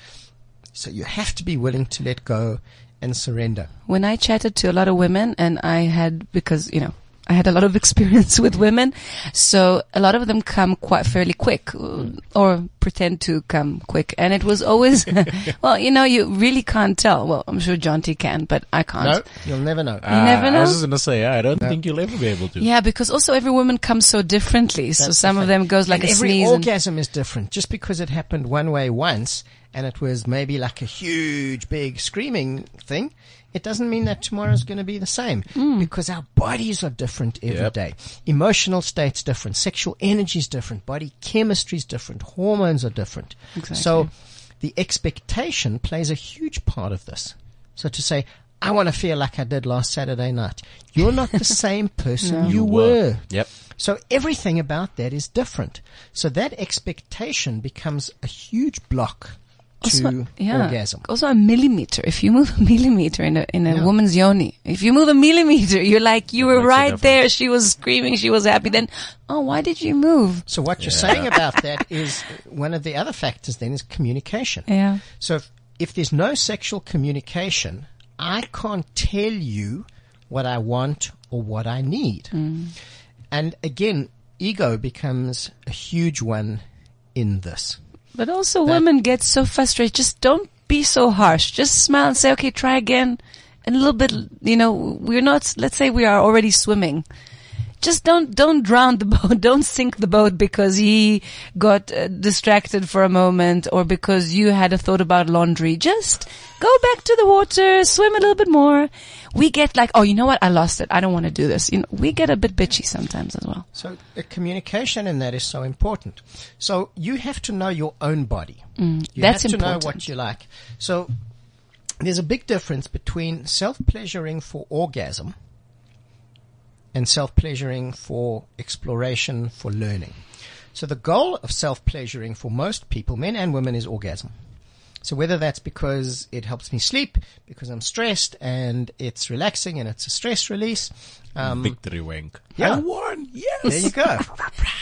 Speaker 1: So you have to be willing to let go and surrender.
Speaker 2: when I chatted to a lot of women and I had, because, you know, I had a lot of experience with women. So a lot of them come quite fairly quick uh, or pretend to come quick. And it was always, well, you know, you really can't tell. Well, I'm sure Jonty can, but I can't.
Speaker 1: No, you'll never know.
Speaker 5: Ah,
Speaker 2: never
Speaker 5: I
Speaker 2: know.
Speaker 5: was just gonna say, I don't think you'll ever be able to.
Speaker 2: Yeah, because also every woman comes so differently. so
Speaker 1: That's
Speaker 2: some
Speaker 1: the
Speaker 2: of
Speaker 1: thing.
Speaker 2: them goes like
Speaker 1: And
Speaker 2: a
Speaker 1: every
Speaker 2: sneeze. and-
Speaker 1: orgasm is different. Just because it happened one way once and it was maybe like a huge, big screaming thing, it doesn't mean that tomorrow's going to be the same
Speaker 2: Hmm.
Speaker 1: because our bodies are different every day.
Speaker 5: Yep.
Speaker 1: Emotional states different, sexual energy is different, body chemistry is different, hormones are different. So the expectation plays a huge part of this. So to say, I want to feel like I did last Saturday night. You're not the same person you were.
Speaker 5: Yep.
Speaker 1: So everything about that is different. So that expectation becomes a huge block
Speaker 2: Oh,
Speaker 1: to orgasm.
Speaker 2: Also a millimeter. If you move a millimeter in a in a
Speaker 1: Yeah.
Speaker 2: woman's yoni, if you move a millimeter, you're like you were
Speaker 5: makes a
Speaker 2: right
Speaker 5: difference.
Speaker 2: there. She was screaming. She was happy. Then, oh, why did you move?
Speaker 1: So what you're saying about that is one of the other factors then is communication.
Speaker 2: Yeah.
Speaker 1: So if, if there's no sexual communication, I can't tell you what I want or what I need. And again, ego becomes a huge one in this.
Speaker 2: But also, women get so frustrated. Just don't be so harsh. Just smile and say, okay, try again. And a little bit, you know, we're not. Let's say we are already swimming. Just don't don't drown the boat. Don't sink the boat because he got uh, distracted for a moment, or because you had a thought about laundry. Just go back to the water, swim a little bit more. We get like, oh, you know what? I lost it. I don't want to do this. You know, we get a bit bitchy sometimes as well.
Speaker 1: So the communication in that is so important. So you have to know your own body. you
Speaker 2: Mm, that's
Speaker 1: have to
Speaker 2: important.
Speaker 1: know what you like. So there's a big difference between self-pleasuring for orgasm and self-pleasuring for exploration, for learning. So the goal of self-pleasuring for most people, men and women, is orgasm. So whether that's because it helps me sleep, because I'm stressed and it's relaxing and it's a stress release, um,
Speaker 5: Victory wank.
Speaker 1: Yeah.
Speaker 5: I won.
Speaker 1: there
Speaker 5: Yes.
Speaker 1: you go.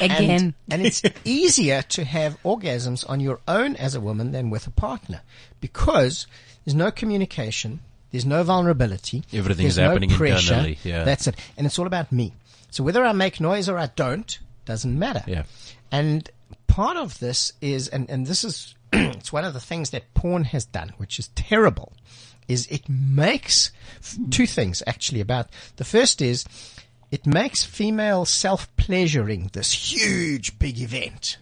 Speaker 1: And-
Speaker 2: Again.
Speaker 1: And, it's easier to have orgasms on your own as a woman than with a partner because there's no communication, there's no vulnerability,
Speaker 5: Everything's
Speaker 1: there's no
Speaker 5: happening
Speaker 1: pressure.
Speaker 5: internally, yeah.
Speaker 1: That's it. And it's all about me. So whether I make noise or I don't, doesn't matter.
Speaker 5: Yeah.
Speaker 1: And part of this is, and, and this is, it's one of the things that porn has done, which is terrible, is it makes f- two things actually about, the first is it makes female self-pleasuring this huge big event.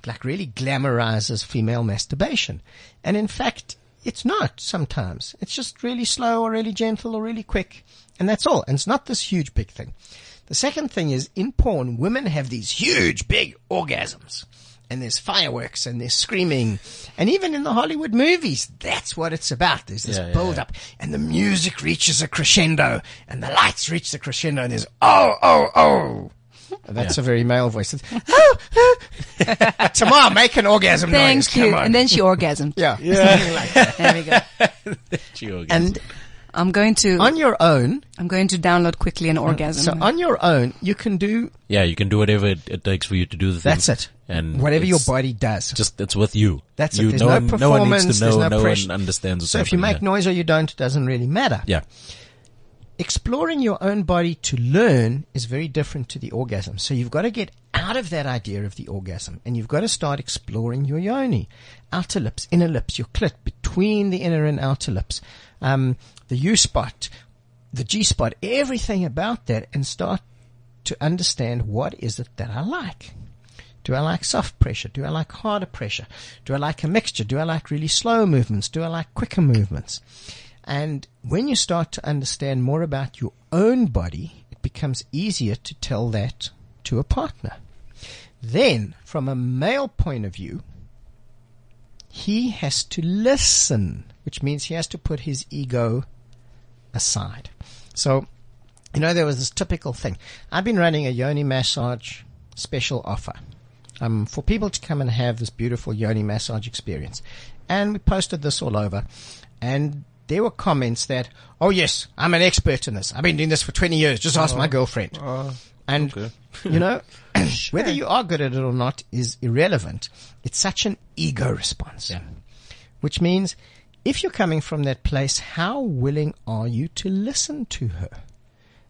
Speaker 1: It, Like really glamorizes female masturbation. And in fact, it's not sometimes. It's just really slow or really gentle or really quick. And that's all. And it's not this huge big thing. The second thing is in porn, women have these huge big orgasms. And there's fireworks and there's screaming. And even in the Hollywood movies, that's what it's about. There's this
Speaker 5: Yeah, yeah,
Speaker 1: build up and the music reaches a crescendo and the lights reach the crescendo and there's oh, oh, oh. That's a very male voice. It's, "Oh, oh." Tamar, make an orgasm noise.
Speaker 2: Thank you.
Speaker 1: Come on.
Speaker 2: And then she orgasmed.
Speaker 1: yeah.
Speaker 2: There we go.
Speaker 5: Geo-
Speaker 1: And
Speaker 2: I'm going to,
Speaker 1: On your own,
Speaker 2: I'm going to download quickly an orgasm.
Speaker 1: so on your own, you can do
Speaker 5: Yeah, you can do whatever it, it takes for you to do the thing.
Speaker 1: that's it.
Speaker 5: Mm. And
Speaker 1: whatever your
Speaker 5: it's
Speaker 1: body does.
Speaker 5: Just it's with you.
Speaker 1: That's it.
Speaker 5: you,
Speaker 1: There's
Speaker 5: no,
Speaker 1: no
Speaker 5: one, no one needs
Speaker 1: performance,
Speaker 5: to know.
Speaker 1: there's no
Speaker 5: No,
Speaker 1: pressure.
Speaker 5: one understands. what's
Speaker 1: so if you
Speaker 5: happening
Speaker 1: make noise or you don't, it doesn't really matter.
Speaker 5: here.
Speaker 1: Exploring your own body to learn is very different to the orgasm. So you've got to get out of that idea of the orgasm and you've got to start exploring your yoni, outer lips, inner lips, your clit, between the inner and outer lips, um, the U spot, the G spot, everything about that and start to understand what is it that I like. Do I like soft pressure? Do I like harder pressure? Do I like a mixture? Do I like really slow movements? Do I like quicker movements? And when you start to understand more about your own body, it becomes easier to tell that to a partner. Then, from a male point of view, he has to listen, which means he has to put his ego aside. So, you know, there was this typical thing. I've been running a yoni massage special offer um, for people to come and have this beautiful yoni massage experience. And we posted this all over. And there were comments that, oh yes, I'm an expert in this. I've been doing this for 20 years. Just ask my girlfriend. and, you know, whether you are good at it or not is irrelevant. It's such an ego response. Which means if you're coming from that place, how willing are you to listen to her?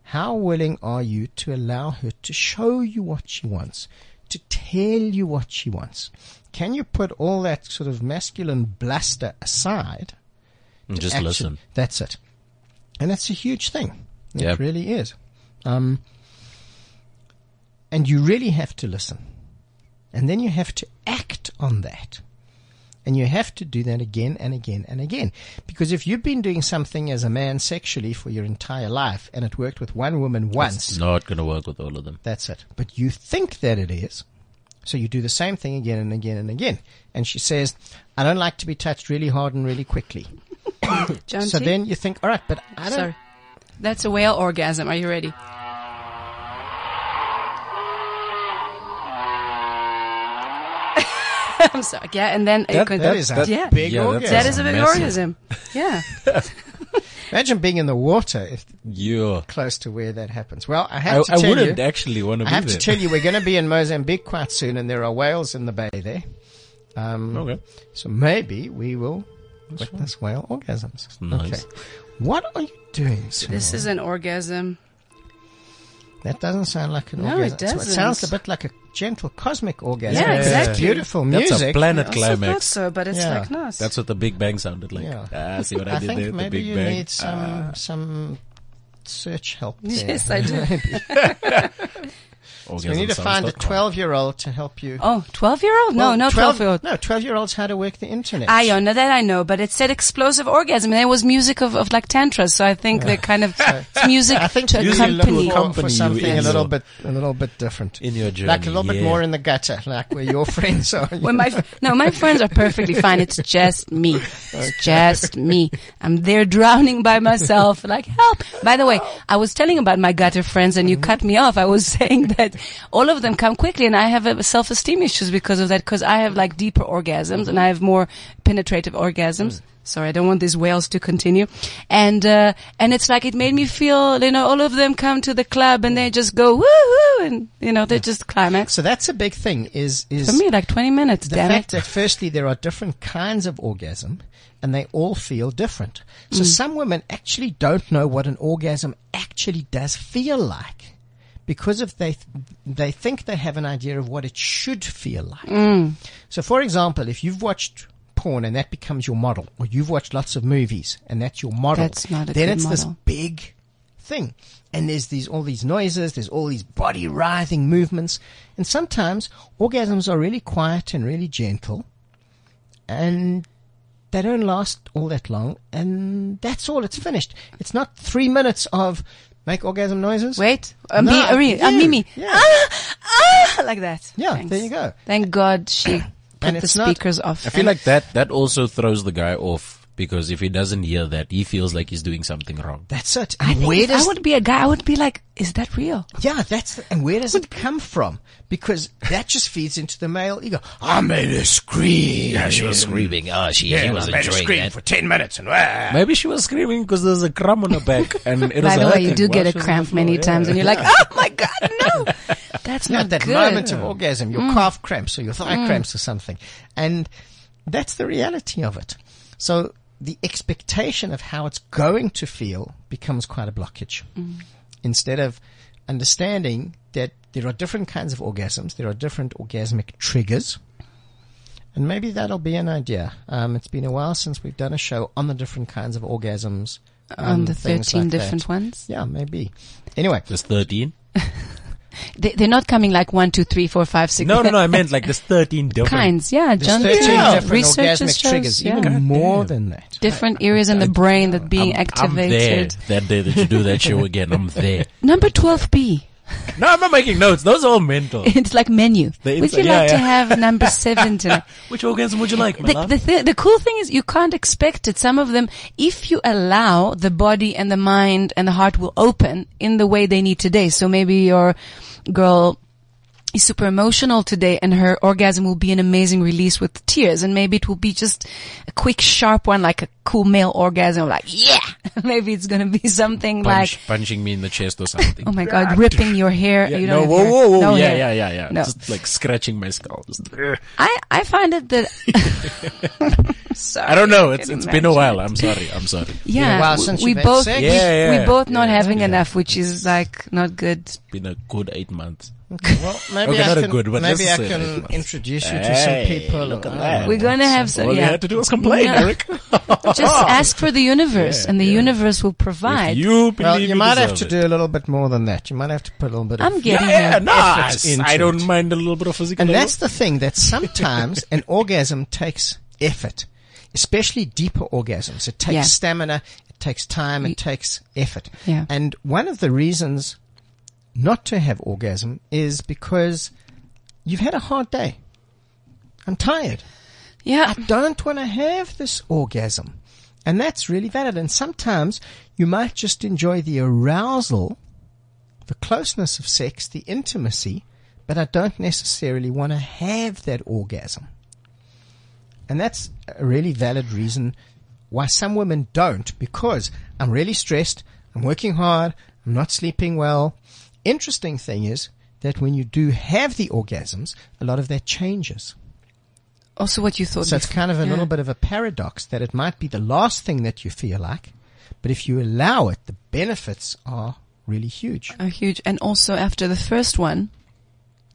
Speaker 1: How willing are you to allow her to show you what she wants, to tell you what she wants? Can you put all that sort of masculine bluster aside?
Speaker 5: Yeah, just
Speaker 1: Action.
Speaker 5: listen.
Speaker 1: That's it. And that's a huge thing. It
Speaker 5: Yep.
Speaker 1: really is. Um, and you really have to listen. And then you have to act on that. And you have to do that again and again and again. Because if you've been doing something as a man sexually for your entire life and it worked with one woman once,
Speaker 5: It's not going to work with all of them.
Speaker 1: that's it. But you think that it is. So you do the same thing again and again and again. And she says, I don't like to be touched really hard and really quickly.
Speaker 2: John
Speaker 1: So
Speaker 2: T?
Speaker 1: then you think, all right, but I don't.
Speaker 2: Sorry. That's a whale orgasm. Are you ready? I'm sorry. Yeah, and then you can-
Speaker 1: that is a
Speaker 2: yeah.
Speaker 1: big
Speaker 5: Yeah, that's
Speaker 1: orgasm.
Speaker 2: that is a big
Speaker 5: Massive.
Speaker 2: orgasm. Yeah.
Speaker 1: Imagine being in the water if
Speaker 5: Yeah.
Speaker 1: close to where that happens. Well, I
Speaker 5: I,
Speaker 1: have to
Speaker 5: I
Speaker 1: tell
Speaker 5: wouldn't
Speaker 1: you,
Speaker 5: actually want to
Speaker 1: I
Speaker 5: be
Speaker 1: have
Speaker 5: there.
Speaker 1: to tell you, we're going to be in Mozambique quite soon, and there are whales in the bay there. Um,
Speaker 5: okay.
Speaker 1: So maybe we will witness whale orgasms.
Speaker 5: Nice.
Speaker 1: Okay. What are you doing? Sue?
Speaker 2: This is an orgasm.
Speaker 1: That doesn't sound like an
Speaker 2: No,
Speaker 1: orgasm.
Speaker 2: it
Speaker 1: So
Speaker 2: doesn't.
Speaker 1: sounds a bit like a gentle cosmic orgasm.
Speaker 2: Yeah,
Speaker 1: It's
Speaker 2: exactly.
Speaker 1: Beautiful music.
Speaker 5: That's a planet
Speaker 2: I also thought
Speaker 5: climax.
Speaker 2: so, but it's
Speaker 1: Yeah.
Speaker 2: like not.
Speaker 5: That's what the Big Bang sounded like.
Speaker 1: Yeah.
Speaker 5: Ah, see what I,
Speaker 1: I
Speaker 5: did
Speaker 1: think
Speaker 5: there? The
Speaker 1: maybe
Speaker 5: Big
Speaker 1: you
Speaker 5: Bang. Ah, Uh,
Speaker 1: need some some search help. There.
Speaker 2: yes, I do.
Speaker 1: We need to find a 12 year old to help you.
Speaker 2: Oh, 12 year old? No,
Speaker 1: Well,
Speaker 2: no 12 year old.
Speaker 1: No, 12 year olds how to work the internet.
Speaker 2: I know that I know, but it said explosive orgasm, and it was music of, of like tantras. So I think they're kind of it's music
Speaker 1: I think
Speaker 2: to
Speaker 1: you
Speaker 5: really
Speaker 1: look
Speaker 2: accompany.
Speaker 5: company.
Speaker 1: for, for
Speaker 5: Company
Speaker 1: something
Speaker 5: you
Speaker 1: a little
Speaker 5: enjoy.
Speaker 1: bit, a little bit different.
Speaker 5: In your journey,
Speaker 1: like a little bit
Speaker 5: yeah.
Speaker 1: more in the gutter, like where your friends are.
Speaker 2: When my f- no, my friends are perfectly fine. It's just me. It's just me. I'm there drowning by myself. Like help! By the way, I was telling about my gutter friends, and you
Speaker 1: Mm-hmm.
Speaker 2: cut me off. I was saying that all of them come quickly, and I have uh, self-esteem issues because of that. Because I have like deeper orgasms, and I have more penetrative
Speaker 1: Mm.
Speaker 2: orgasms. Sorry, I don't want these whales to continue. And, uh, and it's like, it made me feel, you know, all of them come to the club and they just go, woo woo, and, you know, they just climax.
Speaker 1: so that's a big thing is, is
Speaker 2: For me, like 20 minutes,
Speaker 1: the
Speaker 2: damn it.
Speaker 1: fact that firstly there are different kinds of orgasm and they all feel different.
Speaker 2: Mm.
Speaker 1: So some women actually don't know what an orgasm actually does feel like because if they, th- they think they have an idea of what it should feel like.
Speaker 2: Mm.
Speaker 1: So for example, if you've watched porn and that becomes your model or you've watched lots of movies and that's your model,
Speaker 2: That's not a
Speaker 1: then
Speaker 2: good
Speaker 1: it's this
Speaker 2: model.
Speaker 1: big thing. And there's these all these noises, there's all these body writhing movements, and sometimes orgasms are really quiet and really gentle, and they don't last all that long, and that's all. It's finished. It's not three minutes of make orgasm noises.
Speaker 2: Wait, uh,
Speaker 1: No,
Speaker 2: me, uh, re- uh,
Speaker 1: you.
Speaker 2: Mimi,
Speaker 1: Yeah.
Speaker 2: ah, ah, like that.
Speaker 1: Yeah,
Speaker 2: Thanks.
Speaker 1: there you go.
Speaker 2: Thank God she put
Speaker 1: And
Speaker 2: the
Speaker 1: it's not-
Speaker 2: speakers off.
Speaker 5: I feel like that, that also throws the guy off because if he doesn't hear that, he feels like he's doing something wrong.
Speaker 1: That's it.
Speaker 2: I
Speaker 1: And
Speaker 2: think
Speaker 1: where
Speaker 2: if
Speaker 1: does
Speaker 2: I would be a guy, I would be like, is that real?
Speaker 1: yeah, that's the, and where does it come from? Because that just feeds into the male ego. I made a scream. Yeah,
Speaker 5: she was screaming. Oh, she, he was
Speaker 1: I made a
Speaker 5: enjoying
Speaker 1: scream
Speaker 5: that.
Speaker 1: for ten minutes and ah.
Speaker 5: Maybe she was screaming because there's a crumb on her back, and it was
Speaker 2: By the way, you
Speaker 5: hurting
Speaker 2: do
Speaker 5: while
Speaker 2: get a
Speaker 5: she was on
Speaker 2: cramp
Speaker 5: the floor,
Speaker 2: many
Speaker 5: yeah.
Speaker 2: times, and you're like, "Oh my god, no, that's
Speaker 1: you
Speaker 2: not
Speaker 1: have that
Speaker 2: good." Mm.
Speaker 1: moment of orgasm, your calf cramps or your thigh cramps or something. And that's the reality of it. So the expectation of how it's going to feel becomes quite a blockage.
Speaker 2: Mm.
Speaker 1: Instead of understanding that there are different kinds of orgasms, there are different orgasmic triggers. And maybe that'll be an idea. Um, it's been a while since we've done a show on the different kinds of orgasms.
Speaker 2: on
Speaker 1: um,
Speaker 2: the
Speaker 1: things
Speaker 2: thirteen
Speaker 1: like that.
Speaker 2: different ones,
Speaker 1: Yeah, maybe. Anyway,
Speaker 5: There's 13.
Speaker 2: they, they're not coming like one, two, three, four, five, six.
Speaker 5: No, no, no. I meant like there's 13 different.
Speaker 2: kinds. Yeah, John.
Speaker 1: 13
Speaker 2: yeah.
Speaker 1: different
Speaker 2: Researchers
Speaker 1: orgasmic
Speaker 2: shows,
Speaker 1: triggers,
Speaker 2: yeah.
Speaker 1: even more than that.
Speaker 2: different areas in the brain that being activated.
Speaker 5: I'm there that day that you do that show again. I'm there.
Speaker 2: Number twelve B.
Speaker 5: No, I'm not making notes. Those are all mental.
Speaker 2: It's like menu.
Speaker 5: The
Speaker 2: would
Speaker 5: insi-
Speaker 2: you
Speaker 5: yeah,
Speaker 2: like to
Speaker 5: yeah.
Speaker 2: have number seven tonight?
Speaker 5: Which orgasm would you like, my
Speaker 2: the,
Speaker 5: love?
Speaker 2: the, th- the cool thing is you can't expect it. Some of them, if you allow the body and the mind and the heart will open in the way they need today. So maybe your girl is super emotional today and her orgasm will be an amazing release with tears and maybe it will be just a quick sharp one like a cool male orgasm like yeah maybe it's going to be something
Speaker 5: Punch,
Speaker 2: like
Speaker 5: punching me in the chest or something.
Speaker 2: oh my god ripping your hair
Speaker 5: Yeah,
Speaker 2: you
Speaker 5: no,
Speaker 2: don't have
Speaker 5: whoa,
Speaker 2: hair.
Speaker 5: whoa, whoa.
Speaker 2: No
Speaker 5: yeah,
Speaker 2: hair.
Speaker 5: yeah, yeah, yeah.
Speaker 2: No.
Speaker 5: Just like scratching my skull. Just-
Speaker 2: I, I find it that
Speaker 5: I don't know. It's,
Speaker 2: Can
Speaker 5: it's been a
Speaker 2: imagine
Speaker 5: while. I'm sorry. I'm sorry.
Speaker 2: Yeah,
Speaker 1: a while
Speaker 2: we-
Speaker 1: since
Speaker 2: we
Speaker 1: you've had
Speaker 2: both
Speaker 1: sex.
Speaker 2: we,
Speaker 5: Yeah, yeah.
Speaker 2: we both not having enough, which is like not good.
Speaker 5: Been a good eight months.
Speaker 1: Well, maybe
Speaker 5: Okay,
Speaker 1: I
Speaker 5: not a
Speaker 1: can,
Speaker 5: good one. Let's
Speaker 1: maybe I
Speaker 5: say
Speaker 1: can
Speaker 5: that one.
Speaker 1: introduce you to some
Speaker 5: Hey,
Speaker 1: people.
Speaker 5: look at
Speaker 1: Uh,
Speaker 5: that.
Speaker 2: We're gonna have some.
Speaker 5: All you
Speaker 2: yeah.
Speaker 5: had to do was complain,
Speaker 2: Yeah.
Speaker 5: Eric.
Speaker 2: Just ask for the universe,
Speaker 5: Yeah,
Speaker 2: and the
Speaker 5: yeah.
Speaker 2: universe will provide.
Speaker 5: If you believe
Speaker 1: Well, you might have to
Speaker 5: deserve it.
Speaker 1: do a little bit more than that. You might have to put a little bit.
Speaker 2: I'm
Speaker 1: of,
Speaker 2: getting
Speaker 5: Yeah,
Speaker 2: there.
Speaker 5: no, I,
Speaker 1: effort into
Speaker 5: I don't
Speaker 1: it.
Speaker 5: mind a little bit of physical.
Speaker 1: and
Speaker 5: labor.
Speaker 1: that's the thing that sometimes an orgasm takes effort, especially deeper orgasms. It takes
Speaker 2: Yeah.
Speaker 1: stamina. It takes time. It takes effort.
Speaker 2: Yeah.
Speaker 1: And one of the reasons not to have orgasm is because you've had a hard day. I'm tired.
Speaker 2: Yeah,
Speaker 1: don't want to have this orgasm. And that's really valid. And sometimes you might just enjoy the arousal, the closeness of sex, the intimacy, but I don't necessarily want to have that orgasm. And that's a really valid reason why some women don't because I'm really stressed, I'm working hard, I'm not sleeping well. Interesting thing is that when you do have the orgasms, a lot of that changes.
Speaker 2: also what you thought.
Speaker 1: So it's
Speaker 2: before.
Speaker 1: kind of a
Speaker 2: Yeah.
Speaker 1: little bit of a paradox that it might be the last thing that you feel like, but if you allow it, the benefits are really huge.
Speaker 2: a huge, and also after the first one,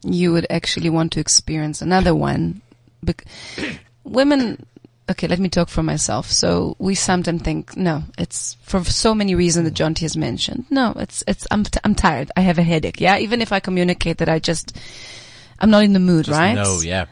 Speaker 2: you would actually want to experience another one. Bec- women, okay, let me talk for myself. So we sometimes think, no, it's for so many reasons that Jonty has mentioned. No, it's, it's, I'm, t- I'm tired. I have a headache. Yeah. Even if I communicate that I just, I'm not in the mood,
Speaker 5: Just
Speaker 2: right?
Speaker 5: No, yeah.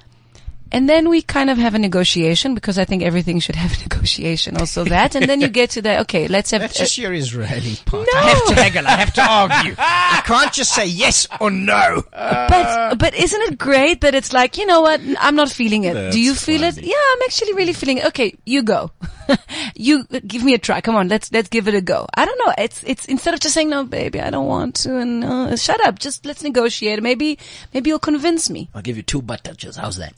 Speaker 2: And then we kind of have a negotiation because I think everything should have a negotiation also that. And then you get to the, okay, let's have,
Speaker 1: That's
Speaker 2: uh,
Speaker 1: just your Israeli part.
Speaker 2: No.
Speaker 1: I have to haggle. I have to argue. I can't just say yes or no.
Speaker 5: Uh,
Speaker 2: but but isn't it great that it's like you know what I'm not feeling it. Do you feel it? Yeah, I'm actually really feeling it. Okay, you go. you give me a try. Come on, let's let's give it a go. I don't know. It's it's instead of just saying no, baby, I don't want to, and uh, shut up. Just let's negotiate. Maybe maybe you'll convince me.
Speaker 5: I'll give you two butt touches. How's that?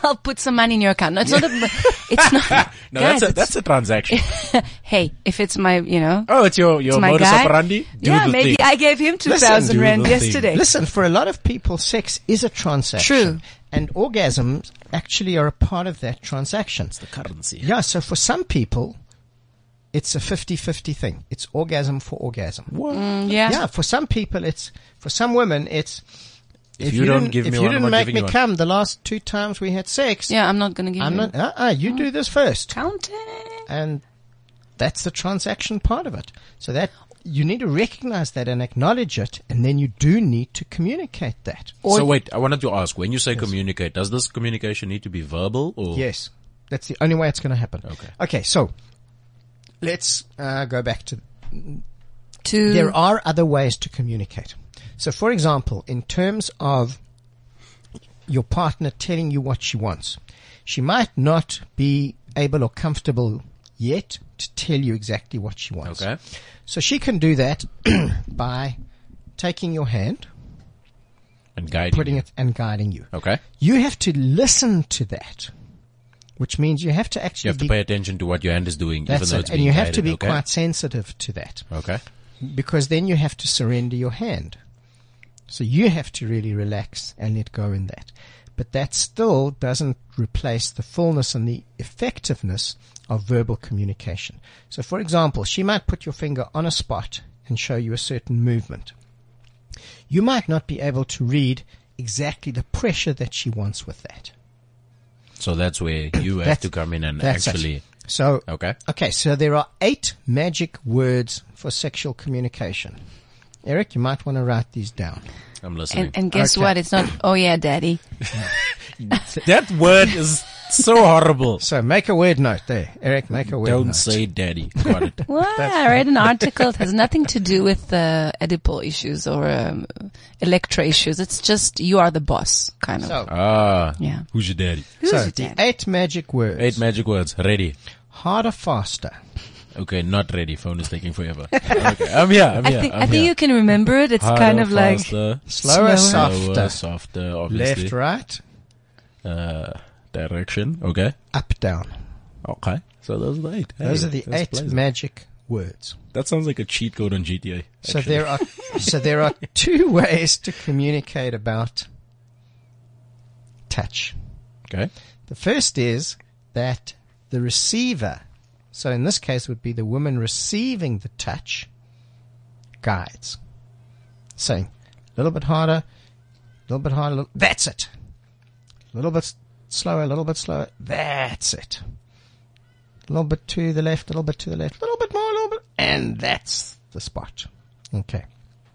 Speaker 2: I'll put some money in your account. No, it's not. A, it's not.
Speaker 5: No,
Speaker 2: guys,
Speaker 5: that's a,
Speaker 2: it's-
Speaker 5: that's a transaction.
Speaker 2: hey, if it's my you know.
Speaker 5: Oh, it's your your
Speaker 2: it's my
Speaker 5: modus
Speaker 2: guy.
Speaker 5: operandi. Do
Speaker 2: yeah,
Speaker 5: the
Speaker 2: maybe
Speaker 5: thing.
Speaker 2: I gave him two
Speaker 5: do
Speaker 2: thousand rand
Speaker 5: the thing.
Speaker 2: yesterday.
Speaker 1: Listen, for a lot of people, sex is a transaction.
Speaker 2: True.
Speaker 1: And orgasms actually are a part of that transaction.
Speaker 5: the currency.
Speaker 1: Yeah, so for some people, it's a 50-50 thing. It's orgasm for orgasm.
Speaker 2: Mm, yeah.
Speaker 1: Yeah, for some people, it's for some women, it's
Speaker 5: If you don't
Speaker 1: didn't-
Speaker 5: give
Speaker 1: if
Speaker 5: me
Speaker 1: you
Speaker 5: one, I'm
Speaker 1: didn't
Speaker 5: not
Speaker 1: make
Speaker 5: giving
Speaker 1: me
Speaker 5: you one.
Speaker 1: come the last two times we had sex,
Speaker 2: Yeah, I'm not gonna give
Speaker 1: I'm
Speaker 2: you
Speaker 1: not. Uh, uh you do this first,
Speaker 2: counting.
Speaker 1: and that's the transaction part of it. So that you need to recognize that and acknowledge it, and then you do need to communicate that.
Speaker 5: so wait, I wanted to ask: when you say communicate, does this communication need to be verbal or?
Speaker 1: Yes, that's the only way it's going to happen. Okay. Okay. So let's uh, go back to
Speaker 2: To
Speaker 1: there are other ways to communicate. So, for example, in terms of your partner telling you what she wants, she might not be able or comfortable yet to tell you exactly what she wants.
Speaker 5: Okay.
Speaker 1: So she can do that by taking your hand,
Speaker 5: And guiding.
Speaker 1: putting
Speaker 5: you.
Speaker 1: it and guiding you.
Speaker 5: Okay.
Speaker 1: You have to listen to that, which means you have to actually
Speaker 5: You have to
Speaker 1: be,
Speaker 5: pay attention to what your hand is doing, even
Speaker 1: that's
Speaker 5: though
Speaker 1: it,
Speaker 5: it's
Speaker 1: and
Speaker 5: being
Speaker 1: you have to
Speaker 5: guided,
Speaker 1: be
Speaker 5: okay?
Speaker 1: quite sensitive to that
Speaker 5: Okay.
Speaker 1: because then you have to surrender your hand. So you have to really relax and let go in that. But that still doesn't replace the fullness and the effectiveness of verbal communication. So for example, she might put your finger on a spot and show you a certain movement. You might not be able to read exactly the pressure that she wants with that.
Speaker 5: So that's where you have
Speaker 1: That's-
Speaker 5: to come in and
Speaker 1: that's it.
Speaker 5: actually.
Speaker 1: So
Speaker 5: Okay.
Speaker 1: Okay, so there are eight magic words for sexual communication. Eric, you might want to write these down.
Speaker 5: I'm
Speaker 2: And,
Speaker 5: listening.
Speaker 2: and guess
Speaker 1: Okay.
Speaker 2: what? It's not, oh yeah, daddy.
Speaker 5: that word is so horrible.
Speaker 1: So make a word note there. Eric, make a word
Speaker 5: Don't
Speaker 1: note.
Speaker 5: say daddy. Got it.
Speaker 2: Well, I read an article. It has nothing to do with uh, Oedipal issues or um, Electra issues. It's just you are the boss, kind of.
Speaker 1: So,
Speaker 5: Ah.
Speaker 2: Yeah.
Speaker 5: Who's your daddy?
Speaker 2: Who's
Speaker 1: so
Speaker 2: your
Speaker 1: the
Speaker 2: daddy?
Speaker 1: eight magic words.
Speaker 5: Eight magic words. Ready.
Speaker 1: Harder, faster.
Speaker 5: Okay, not ready. Phone is taking forever. okay, I'm here. I'm
Speaker 2: I
Speaker 5: here.
Speaker 2: think,
Speaker 5: I'm
Speaker 2: I think
Speaker 5: here.
Speaker 2: you can remember it. It's
Speaker 5: Harder,
Speaker 2: kind of like,
Speaker 5: faster,
Speaker 1: Slower,
Speaker 2: Slower.
Speaker 5: slower,
Speaker 1: softer.
Speaker 5: softer,
Speaker 1: Left,
Speaker 5: obviously.
Speaker 1: right.
Speaker 5: Uh, direction. Okay.
Speaker 1: Up, down.
Speaker 5: Okay. So those are the eight.
Speaker 1: Those
Speaker 5: Hey,
Speaker 1: are the
Speaker 5: that's
Speaker 1: eight
Speaker 5: pleasant.
Speaker 1: magic words.
Speaker 5: That sounds like a cheat code on GTA.
Speaker 1: So
Speaker 5: actually.
Speaker 1: there are, so there are two ways to communicate about touch.
Speaker 5: Okay.
Speaker 1: The first is that the receiver, so in this case would be the woman receiving the touch, guides. Saying, a little bit harder, a little bit harder, little, that's it. A little bit s- slower, a little bit slower, that's it. A little bit to the left, a little bit to the left, a little bit more, a little bit, and that's the spot. Okay.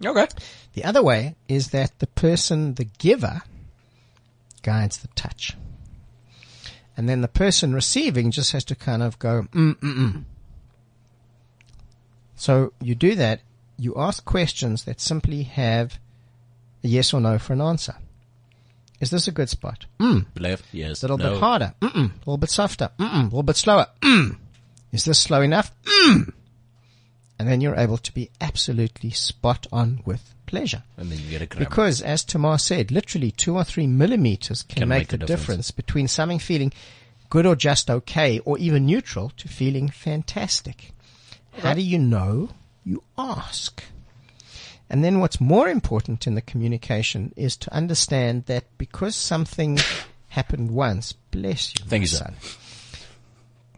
Speaker 5: Okay.
Speaker 1: The other way is that the person, the giver, guides the touch. And then the person receiving just has to kind of go, mm, mm, mm. So you do that, you ask questions that simply have a yes or no for an answer. Is this a good spot? Mm.
Speaker 5: Left. Yes.
Speaker 1: A little
Speaker 5: no.
Speaker 1: bit harder. Mm-mm. A little bit softer. Mm-mm. A little bit slower. Mm. Is this slow enough? Mm. And then you're able to be absolutely spot on with pleasure.
Speaker 5: And then you get a cramp.
Speaker 1: Because, as Tamar said, literally two or three millimeters can,
Speaker 5: Can
Speaker 1: make,
Speaker 5: make
Speaker 1: the
Speaker 5: a difference.
Speaker 1: difference. between something feeling good or just okay or even neutral to feeling fantastic. How do you know? You ask. And then what's more important in the communication is to understand that because something happened once, bless you,
Speaker 5: Thank
Speaker 1: my
Speaker 5: you, sir.
Speaker 1: son.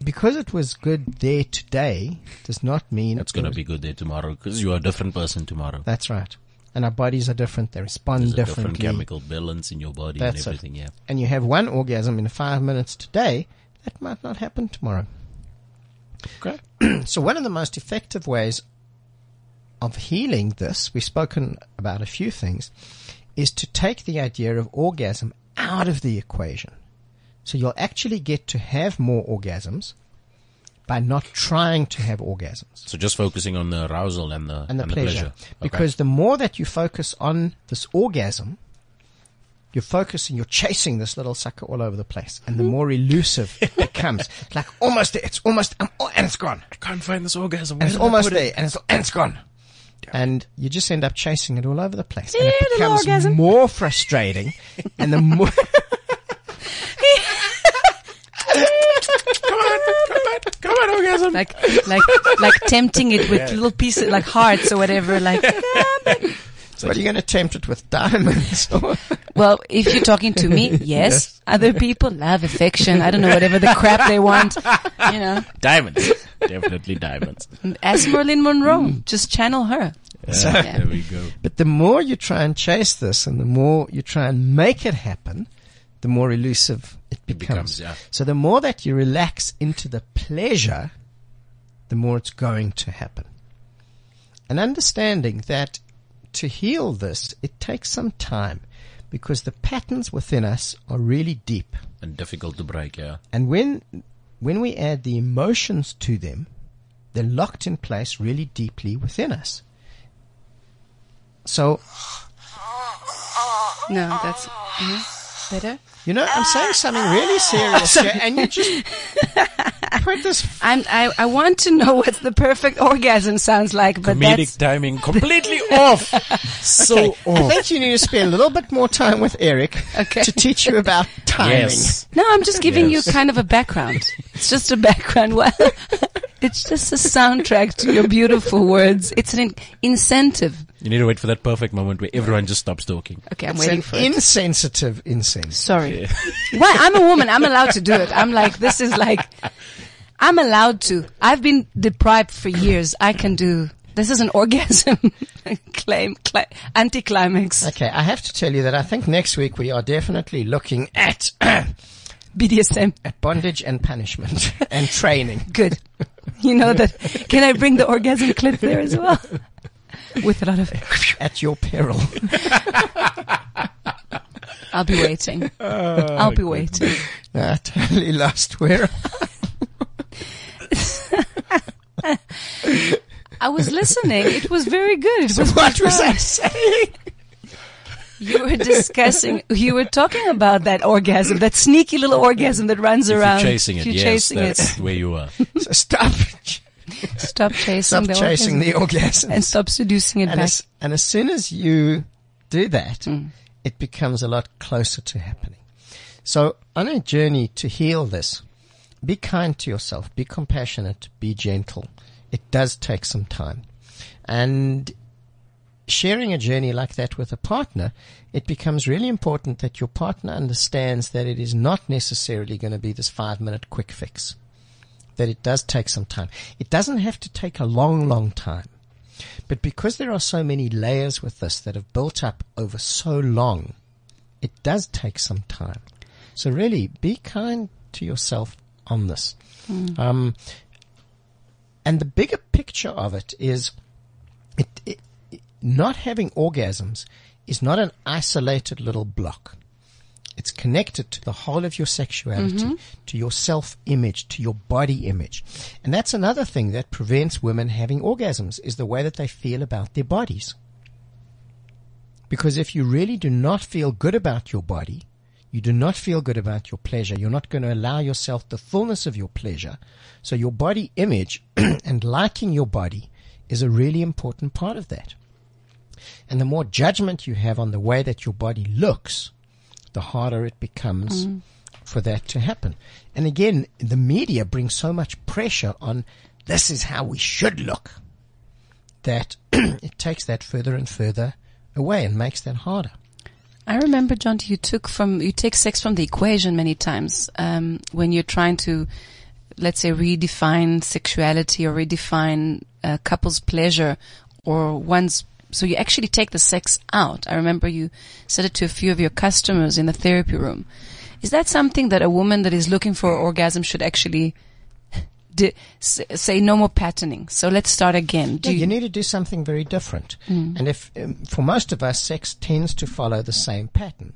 Speaker 1: Because it was good there today does not mean
Speaker 5: That's
Speaker 1: it
Speaker 5: gonna
Speaker 1: was-
Speaker 5: be good there tomorrow because you are a different person tomorrow.
Speaker 1: That's right. And our bodies are different. They respond
Speaker 5: There's a
Speaker 1: differently.
Speaker 5: different chemical balance in your body
Speaker 1: That's it.
Speaker 5: and everything. Yeah.
Speaker 1: and you have one orgasm in five minutes today, that might not happen tomorrow.
Speaker 5: Okay.
Speaker 1: So one of the most effective ways of healing this, we've spoken about a few things, is to take the idea of orgasm out of the equation. So you'll actually get to have more orgasms by not trying to have orgasms
Speaker 5: So just focusing on the arousal and the
Speaker 1: and the pleasure.
Speaker 5: Okay.
Speaker 1: Because the more that you focus on this orgasm, you're focusing, you're chasing this little sucker all over the place, and
Speaker 5: Hmm.
Speaker 1: the more elusive it becomes. Like almost there, it's almost, um, oh, and it's gone,
Speaker 5: I can't find this orgasm.
Speaker 1: and it's almost there, and it's, and it's gone. And you just end up chasing it all over the place, and it becomes more frustrating. And the more,
Speaker 5: Come on, come on, come on, orgasm.
Speaker 2: like, like, like tempting it with little pieces, like hearts or whatever. Like,
Speaker 1: what are you going to tempt it with diamonds? Or
Speaker 2: well, if you're talking to me, yes. Other people love affection. I don't know, whatever the crap they want, you know.
Speaker 5: Diamonds. Definitely diamonds.
Speaker 2: Ask Marilyn Monroe.
Speaker 5: Mm.
Speaker 2: Just channel her.
Speaker 1: So-
Speaker 5: There we go.
Speaker 1: But the more you try and chase this and the more you try and make it happen, the more elusive it becomes.
Speaker 5: becomes, yeah.
Speaker 1: So the more that you relax into the pleasure, the more it's going to happen. And understanding that to heal this, it takes some time because the patterns within us are really deep.
Speaker 5: And difficult to break, yeah.
Speaker 1: And when, when we add the emotions to them, they're locked in place really deeply within us. So
Speaker 2: No, that's. mhm. Better?
Speaker 1: You know, I'm
Speaker 2: Ah,
Speaker 1: saying something really serious here, and you just put this
Speaker 2: I'm, I, I want to know what the perfect orgasm sounds like, but
Speaker 5: Comedic
Speaker 2: that's,
Speaker 5: timing completely off. So
Speaker 1: I
Speaker 5: off.
Speaker 1: think you need to spend a little bit more time with Eric
Speaker 2: Okay.
Speaker 1: to teach you about timing.
Speaker 5: Yes.
Speaker 2: no, I'm just giving
Speaker 5: Yes.
Speaker 2: you kind of a background. it's just a background. Well, it's just a soundtrack to your beautiful words. It's an in- incentive.
Speaker 5: You need to wait for that perfect moment where everyone just stops talking.
Speaker 2: Okay, I'm
Speaker 1: It's
Speaker 2: waiting
Speaker 1: an
Speaker 2: for it.
Speaker 1: insensitive incense.
Speaker 2: Sorry. Why? I'm a woman. I'm allowed to do it. I'm like, this is like, I'm allowed to. I've been deprived for years. I can do. This is an orgasm claim, cli- anticlimax,
Speaker 1: Okay, I have to tell you that I think next week we are definitely looking at
Speaker 2: BDSM.
Speaker 1: bondage and punishment and training.
Speaker 2: Good. You know that. Can I bring the orgasm clip there as well? With a lot of,
Speaker 1: At your peril.
Speaker 2: I'll be waiting.
Speaker 1: Oh,
Speaker 2: I'll be waiting.
Speaker 1: I Ah, totally lost where.
Speaker 2: I was listening. It was very good. It was
Speaker 1: What was I
Speaker 2: profound.
Speaker 1: saying?
Speaker 2: You were discussing. You were talking about that orgasm, that sneaky little orgasm that runs
Speaker 5: If
Speaker 2: around.
Speaker 5: You're chasing it.
Speaker 2: You're
Speaker 5: yes,
Speaker 2: chasing
Speaker 5: that's where you are.
Speaker 1: So stop,
Speaker 2: it. Stop chasing
Speaker 1: stop
Speaker 2: the
Speaker 1: chasing
Speaker 2: orgasm
Speaker 1: the orgasm.
Speaker 2: and stop seducing it
Speaker 1: And
Speaker 2: back.
Speaker 1: as, and as soon as you do that, it becomes a lot closer to happening. So on a journey to heal this, be kind to yourself, be compassionate, be gentle. It does take some time. And sharing a journey like that with a partner, it becomes really important that your partner understands that it is not necessarily going to be this five minute quick fix. That it does take some time. It doesn't have to take a long, long time. But because there are so many layers with this that have built up over so long, it does take some time. So really be kind to yourself on this. Um, and the bigger picture of it is it, it, it- not having orgasms is not an isolated little block. It's connected to the whole of your sexuality, to your self image, to your body image. And that's another thing that prevents women having orgasms is the way that they feel about their bodies. Because if you really do not feel good about your body, you do not feel good about your pleasure, you're not going to allow yourself the fullness of your pleasure. So your body image and liking your body is a really important part of that. And the more judgment you have on the way that your body looks, the harder it becomes for that to happen. And again, the media brings so much pressure on this is how we should look that it takes that further and further away and makes that harder.
Speaker 2: I remember, John, you took from you take sex from the equation many times um, when you're trying to, let's say, redefine sexuality or redefine a couple's pleasure or one's. So you actually take the sex out. I remember you said it to a few of your customers in the therapy room. Is that something that a woman that is looking for orgasm should actually di- s- say? No more patterning. So let's start again. Do
Speaker 1: Yeah, you, need to do something very different. And if, um, for most of us, sex tends to follow the same pattern.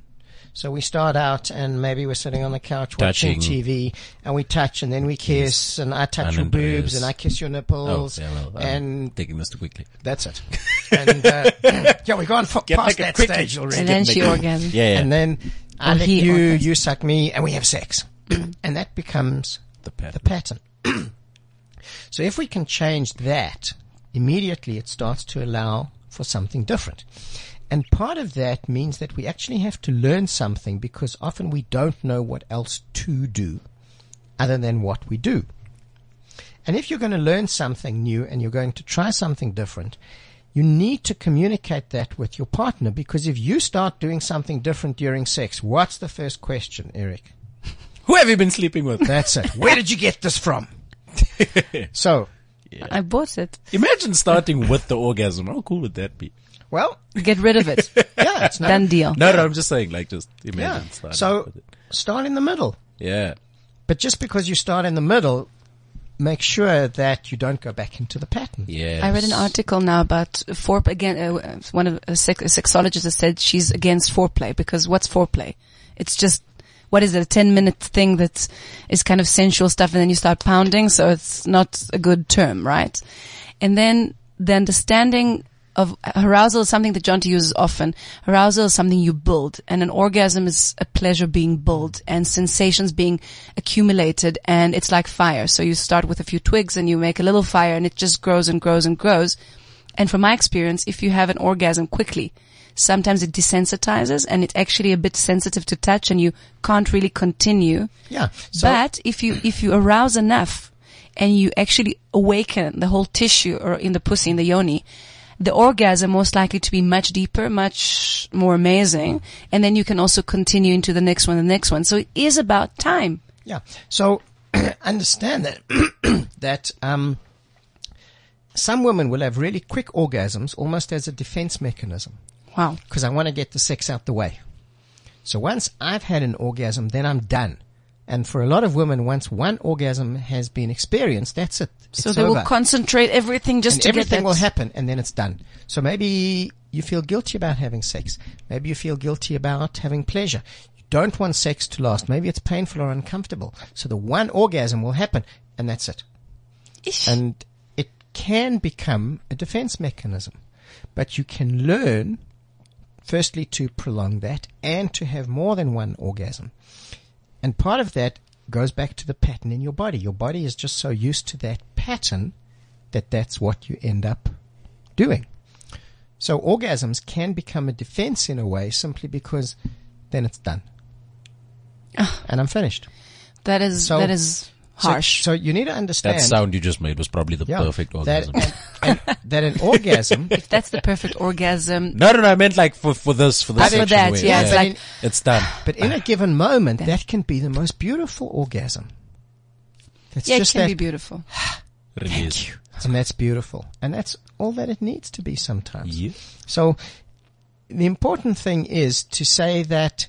Speaker 1: So we start out and maybe we're sitting on the couch watching
Speaker 5: Touching.
Speaker 1: TV and we touch and then we kiss and I touch
Speaker 5: And
Speaker 1: your
Speaker 5: embrace.
Speaker 1: boobs and I kiss your nipples
Speaker 5: Oh, yeah, well, um, I'm
Speaker 1: and
Speaker 5: taking this too quickly.
Speaker 1: That's it. and uh, yeah, we've gone for,
Speaker 5: Get
Speaker 1: past
Speaker 5: naked
Speaker 1: that
Speaker 5: quickly.
Speaker 1: stage already.
Speaker 2: and then she orgasms.
Speaker 5: Yeah, yeah.
Speaker 1: And then I
Speaker 2: Or
Speaker 1: lick
Speaker 2: he
Speaker 1: you,
Speaker 2: orgasms.
Speaker 1: you suck me, and we have sex, and that becomes
Speaker 5: the pattern.
Speaker 1: the pattern. so if we can change that immediately, it starts to allow for something different. And part of that means that we actually have to learn something because often we don't know what else to do other than what we do. And if you're going to learn something new and you're going to try something different, you need to communicate that with your partner because if you start doing something different during sex, what's the first question, Eric?
Speaker 5: Who have you been sleeping with?
Speaker 1: That's it. Where did you get this from? so,
Speaker 2: I bought it.
Speaker 5: Imagine starting with the orgasm. How cool would that be?
Speaker 1: well,
Speaker 2: Get rid of it.
Speaker 1: yeah, it's not,
Speaker 2: Done deal.
Speaker 5: No, no, I'm just saying, like, just
Speaker 1: yeah.
Speaker 5: imagine starting
Speaker 1: So,
Speaker 5: with it.
Speaker 1: start in the middle.
Speaker 5: Yeah.
Speaker 1: But just because you start in the middle, make sure that you don't go back into the pattern.
Speaker 5: Yeah.
Speaker 2: I read an article now about fore again. Uh, one of a, sex, a sexologist has said she's against foreplay because what's foreplay? It's just what is it? A ten minute thing that is kind of sensual stuff, and then you start pounding, so it's not a good term, right? And then the understanding of arousal is something that Jonty uses often. Arousal is something you build and an orgasm is a pleasure being built and sensations being accumulated and it's like fire. So you start with a few twigs and you make a little fire and it just grows and grows and grows. And from my experience, if you have an orgasm quickly, sometimes it desensitizes and it's actually a bit sensitive to touch and you can't really continue.
Speaker 1: Yeah. So
Speaker 2: but if you, if you arouse enough and you actually awaken the whole tissue or in the pussy, in the yoni, the orgasm most likely to be much deeper, much more amazing. And then you can also continue into the next one, the next one. So it is about time.
Speaker 1: yeah. So understand that that um some women will have really quick orgasms almost as a defense mechanism.
Speaker 2: Wow.
Speaker 1: because I want to get the sex out the way. So once I've had an orgasm, then I'm done. And for a lot of women, once one orgasm has been experienced, that's it. It's
Speaker 2: So they will
Speaker 1: over.
Speaker 2: concentrate everything just
Speaker 1: and
Speaker 2: to
Speaker 1: everything
Speaker 2: get that.
Speaker 1: will happen, and then it's done. So maybe you feel guilty about having sex. Maybe you feel guilty about having pleasure. You don't want sex to last. Maybe it's painful or uncomfortable. So the one orgasm will happen, and that's it.
Speaker 2: Ish.
Speaker 1: And it can become a defense mechanism. But you can learn, firstly, to prolong that and to have more than one orgasm. And part of that goes back to the pattern in your body. Your body is just so used to that pattern that that's what you end up doing. So orgasms can become a defense in a way simply because then it's done. And I'm finished.
Speaker 2: that is,
Speaker 1: So-
Speaker 2: that is
Speaker 1: So-
Speaker 2: Ah. harsh.
Speaker 1: So, you need to
Speaker 5: That
Speaker 1: understand
Speaker 5: sound you just made was probably the
Speaker 1: Yeah.
Speaker 5: perfect
Speaker 1: that,
Speaker 5: orgasm.
Speaker 1: and- and- that an orgasm
Speaker 2: if that's the perfect orgasm,
Speaker 5: no, no, no. I meant like for, for this, for this
Speaker 2: for
Speaker 5: section
Speaker 2: that,
Speaker 5: where-
Speaker 2: yeah,
Speaker 1: it's like-
Speaker 5: it's done.
Speaker 1: But in a given moment, that can be the most beautiful orgasm. That's
Speaker 2: yeah, it
Speaker 1: just
Speaker 2: can
Speaker 1: that,
Speaker 2: be beautiful.
Speaker 5: Release.
Speaker 1: and that's beautiful, and that's all that it needs to be sometimes.
Speaker 5: Yeah.
Speaker 1: So, the important thing is to say that.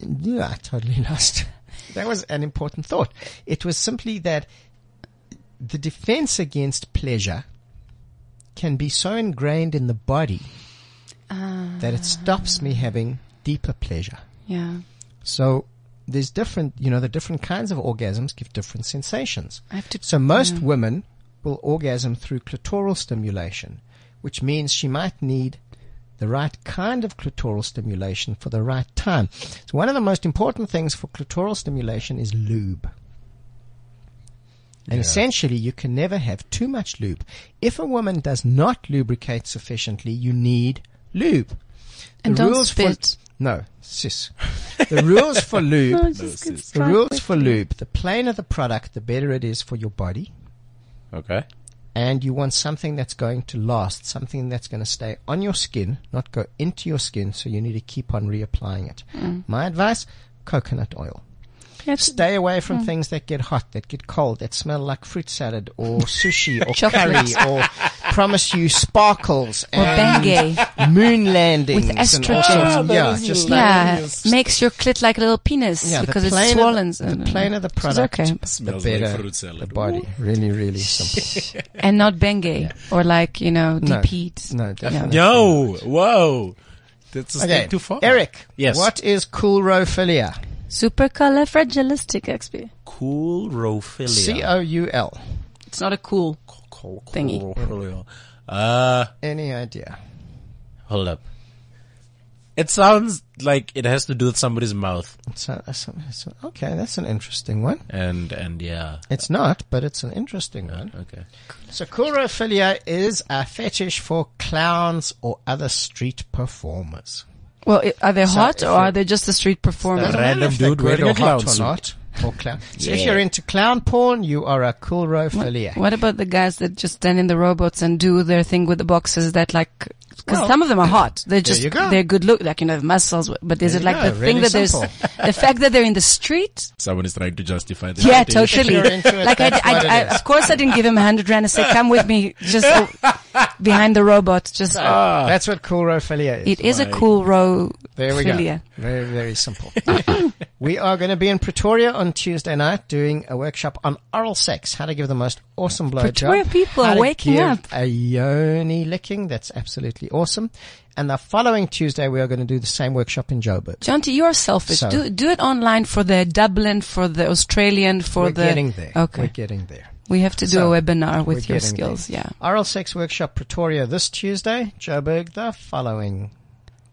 Speaker 1: Yeah, I totally lost. that was an important thought. It was simply that the defense against pleasure can be so ingrained in the body that it stops me having deeper pleasure.
Speaker 2: Yeah.
Speaker 1: So there's different, you know, the different kinds of orgasms give different sensations.
Speaker 2: I have to,
Speaker 1: So most
Speaker 2: yeah.
Speaker 1: women will orgasm through clitoral stimulation, which means she might need the right kind of clitoral stimulation for the right time. So one of the most important things for clitoral stimulation is lube. And essentially, you can never have too much lube. If a woman does not lubricate sufficiently, you need lube.
Speaker 2: and
Speaker 1: the
Speaker 2: don't
Speaker 1: rules for-
Speaker 2: spit.
Speaker 1: No, sis. The rules for lube
Speaker 2: No, it's just good
Speaker 1: the
Speaker 2: strike
Speaker 1: rules
Speaker 2: quick.
Speaker 1: for lube, the plainer the product, the better it is for your body.
Speaker 5: Okay.
Speaker 1: And you want something that's going to last, something that's going to stay on your skin, not go into your skin, so you need to keep on reapplying it.
Speaker 2: Mm.
Speaker 1: My advice, coconut oil.
Speaker 2: That's-
Speaker 1: Stay away
Speaker 2: Mm.
Speaker 1: from things that get hot, that get cold, that smell like fruit salad or sushi or
Speaker 2: Chocolate.
Speaker 1: curry or promise you sparkles
Speaker 2: Or
Speaker 1: and
Speaker 2: Bengay.
Speaker 1: moon landings.
Speaker 2: With
Speaker 1: and all
Speaker 2: estrogen.
Speaker 1: sorts of-
Speaker 5: Ah, that
Speaker 1: yeah,
Speaker 5: is
Speaker 1: just like
Speaker 2: Yeah, makes your clit like a little penis
Speaker 1: yeah, the
Speaker 2: because it's
Speaker 1: plainer
Speaker 2: swollen.
Speaker 1: The, the plainer the product,
Speaker 2: okay.
Speaker 1: the
Speaker 5: Smells like
Speaker 1: better
Speaker 5: fruit salad.
Speaker 1: the body. Really, really simple.
Speaker 2: and not Bengay or like you know
Speaker 1: No.
Speaker 2: deep heat.
Speaker 1: no, definitely.
Speaker 5: Yo, whoa. That's a
Speaker 1: Okay,
Speaker 5: step too far.
Speaker 1: Eric.
Speaker 5: Yes.
Speaker 1: What is coulrophilia?
Speaker 2: Supercalifragilisticexpialidocious.
Speaker 5: Cool rophilia.
Speaker 1: C O U L.
Speaker 2: It's not a cool. thingy.
Speaker 5: Uh,
Speaker 1: Any idea?
Speaker 5: hold up. It sounds like it has to do with somebody's mouth,
Speaker 1: So, so, so, okay, that's an interesting one.
Speaker 5: and and yeah,
Speaker 1: It's not, but it's an interesting one.
Speaker 5: okay.
Speaker 1: So coulrophilia is a fetish for clowns or other street performers.
Speaker 2: Well, i- are they
Speaker 1: So
Speaker 2: hot
Speaker 1: if
Speaker 2: or are
Speaker 1: you-
Speaker 2: they just a street performer?
Speaker 5: Doesn't random
Speaker 1: matter if they're
Speaker 5: dude
Speaker 1: good
Speaker 5: wearing
Speaker 1: or
Speaker 5: a clown
Speaker 1: hot or
Speaker 5: suit.
Speaker 1: not. Or clown. So if
Speaker 5: Yeah.
Speaker 1: you're into clown porn, you are a coulrophiliac.
Speaker 2: What about the guys that just stand in the robots and do their thing with the boxes that like, because
Speaker 1: Well,
Speaker 2: some of them are hot. They're just,
Speaker 1: you go.
Speaker 2: they're good look, like, you know, have muscles, but there's
Speaker 1: There you
Speaker 2: like
Speaker 1: go,
Speaker 2: the thing
Speaker 1: really
Speaker 2: that there's,
Speaker 1: simple.
Speaker 2: the fact that they're in the street.
Speaker 5: Someone is trying to justify the
Speaker 2: Yeah,
Speaker 5: fetish.
Speaker 2: totally.
Speaker 1: you're into it,
Speaker 2: Like I,
Speaker 1: that's
Speaker 2: I,
Speaker 1: what it
Speaker 2: I-
Speaker 1: is.
Speaker 2: of course I didn't give him a hundred rand and say, come with me just uh, behind the robot. Just,
Speaker 1: That's what coulrophilia is.
Speaker 2: it is a cool row.
Speaker 1: There we
Speaker 2: Philia.
Speaker 1: go. Very, very simple. we are going to be in Pretoria on Tuesday night doing a workshop on oral sex, how to give the most awesome blowjob.
Speaker 2: Pretoria people
Speaker 1: how
Speaker 2: are
Speaker 1: to
Speaker 2: waking
Speaker 1: give
Speaker 2: up.
Speaker 1: A yoni licking. That's absolutely awesome. And the following Tuesday, we are going to do the same workshop in Joburg.
Speaker 2: Jonty, you are selfish.
Speaker 1: So-
Speaker 2: do do it online for the Dublin, for the Australian, for
Speaker 1: We're
Speaker 2: the
Speaker 1: getting there.
Speaker 2: Okay.
Speaker 1: We're getting there.
Speaker 2: We have to do
Speaker 1: So,
Speaker 2: a webinar
Speaker 1: we're
Speaker 2: with your
Speaker 1: getting
Speaker 2: skills.
Speaker 1: there.
Speaker 2: Yeah.
Speaker 1: Oral Sex Workshop Pretoria this Tuesday, Joburg the following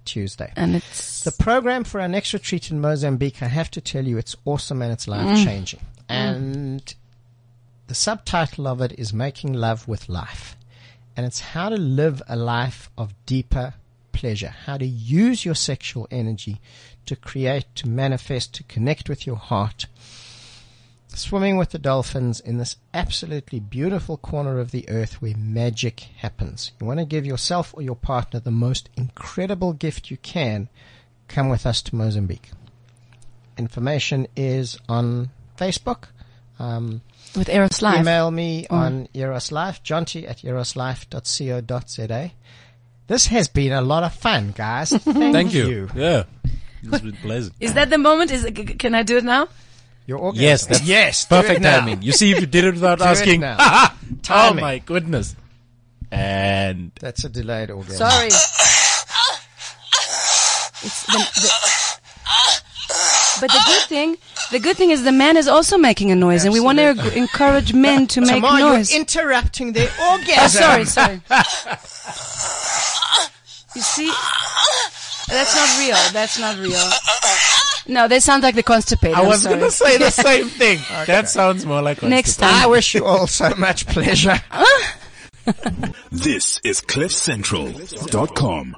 Speaker 1: Tuesday.
Speaker 2: And it's
Speaker 1: The program for our next retreat in Mozambique, I have to tell you, it's awesome and it's life changing. And the subtitle of it is Making Love with Life. And it's how to live a life of deeper pleasure, how to use your sexual energy to create, to manifest, to connect with your heart. Swimming with the dolphins in this absolutely beautiful corner of the earth where magic happens. You want to give yourself or your partner the most incredible gift you can come with us to Mozambique. Information is on Facebook. Um,
Speaker 2: with Eros Live. Mm.
Speaker 1: Email me on Eros Life, jonty at eroslife.co.za. This has been a lot of fun, guys. Thank,
Speaker 5: Thank you.
Speaker 1: you.
Speaker 5: Yeah. It's been pleasant.
Speaker 2: Is that the moment? Is c- c- can I do it now?
Speaker 1: Your orgasm.
Speaker 5: Yes, that's
Speaker 1: yes. do it
Speaker 5: perfect
Speaker 1: now.
Speaker 5: timing. You see, if you did it without
Speaker 1: it
Speaker 5: asking,
Speaker 1: now.
Speaker 5: ha ha! Oh
Speaker 1: Timing.
Speaker 5: my goodness! And
Speaker 1: That's a delayed orgasm.
Speaker 2: Sorry. It's the, the- but the good thing, the good thing is the man is also making a noise, and we want to encourage men to make
Speaker 1: Tamar,
Speaker 2: noise.
Speaker 1: you're interrupting their
Speaker 2: Oh,
Speaker 1: orgasm.
Speaker 2: sorry, sorry. you see, that's not real. That's not real. No, they sound like the constipated.
Speaker 5: I
Speaker 2: I'm
Speaker 5: was
Speaker 2: sorry.
Speaker 5: going to say the same thing. That sounds more like
Speaker 2: Next
Speaker 5: constipation.
Speaker 1: I
Speaker 2: time.
Speaker 1: wish you all so much pleasure.
Speaker 4: This is CliffCentral.com.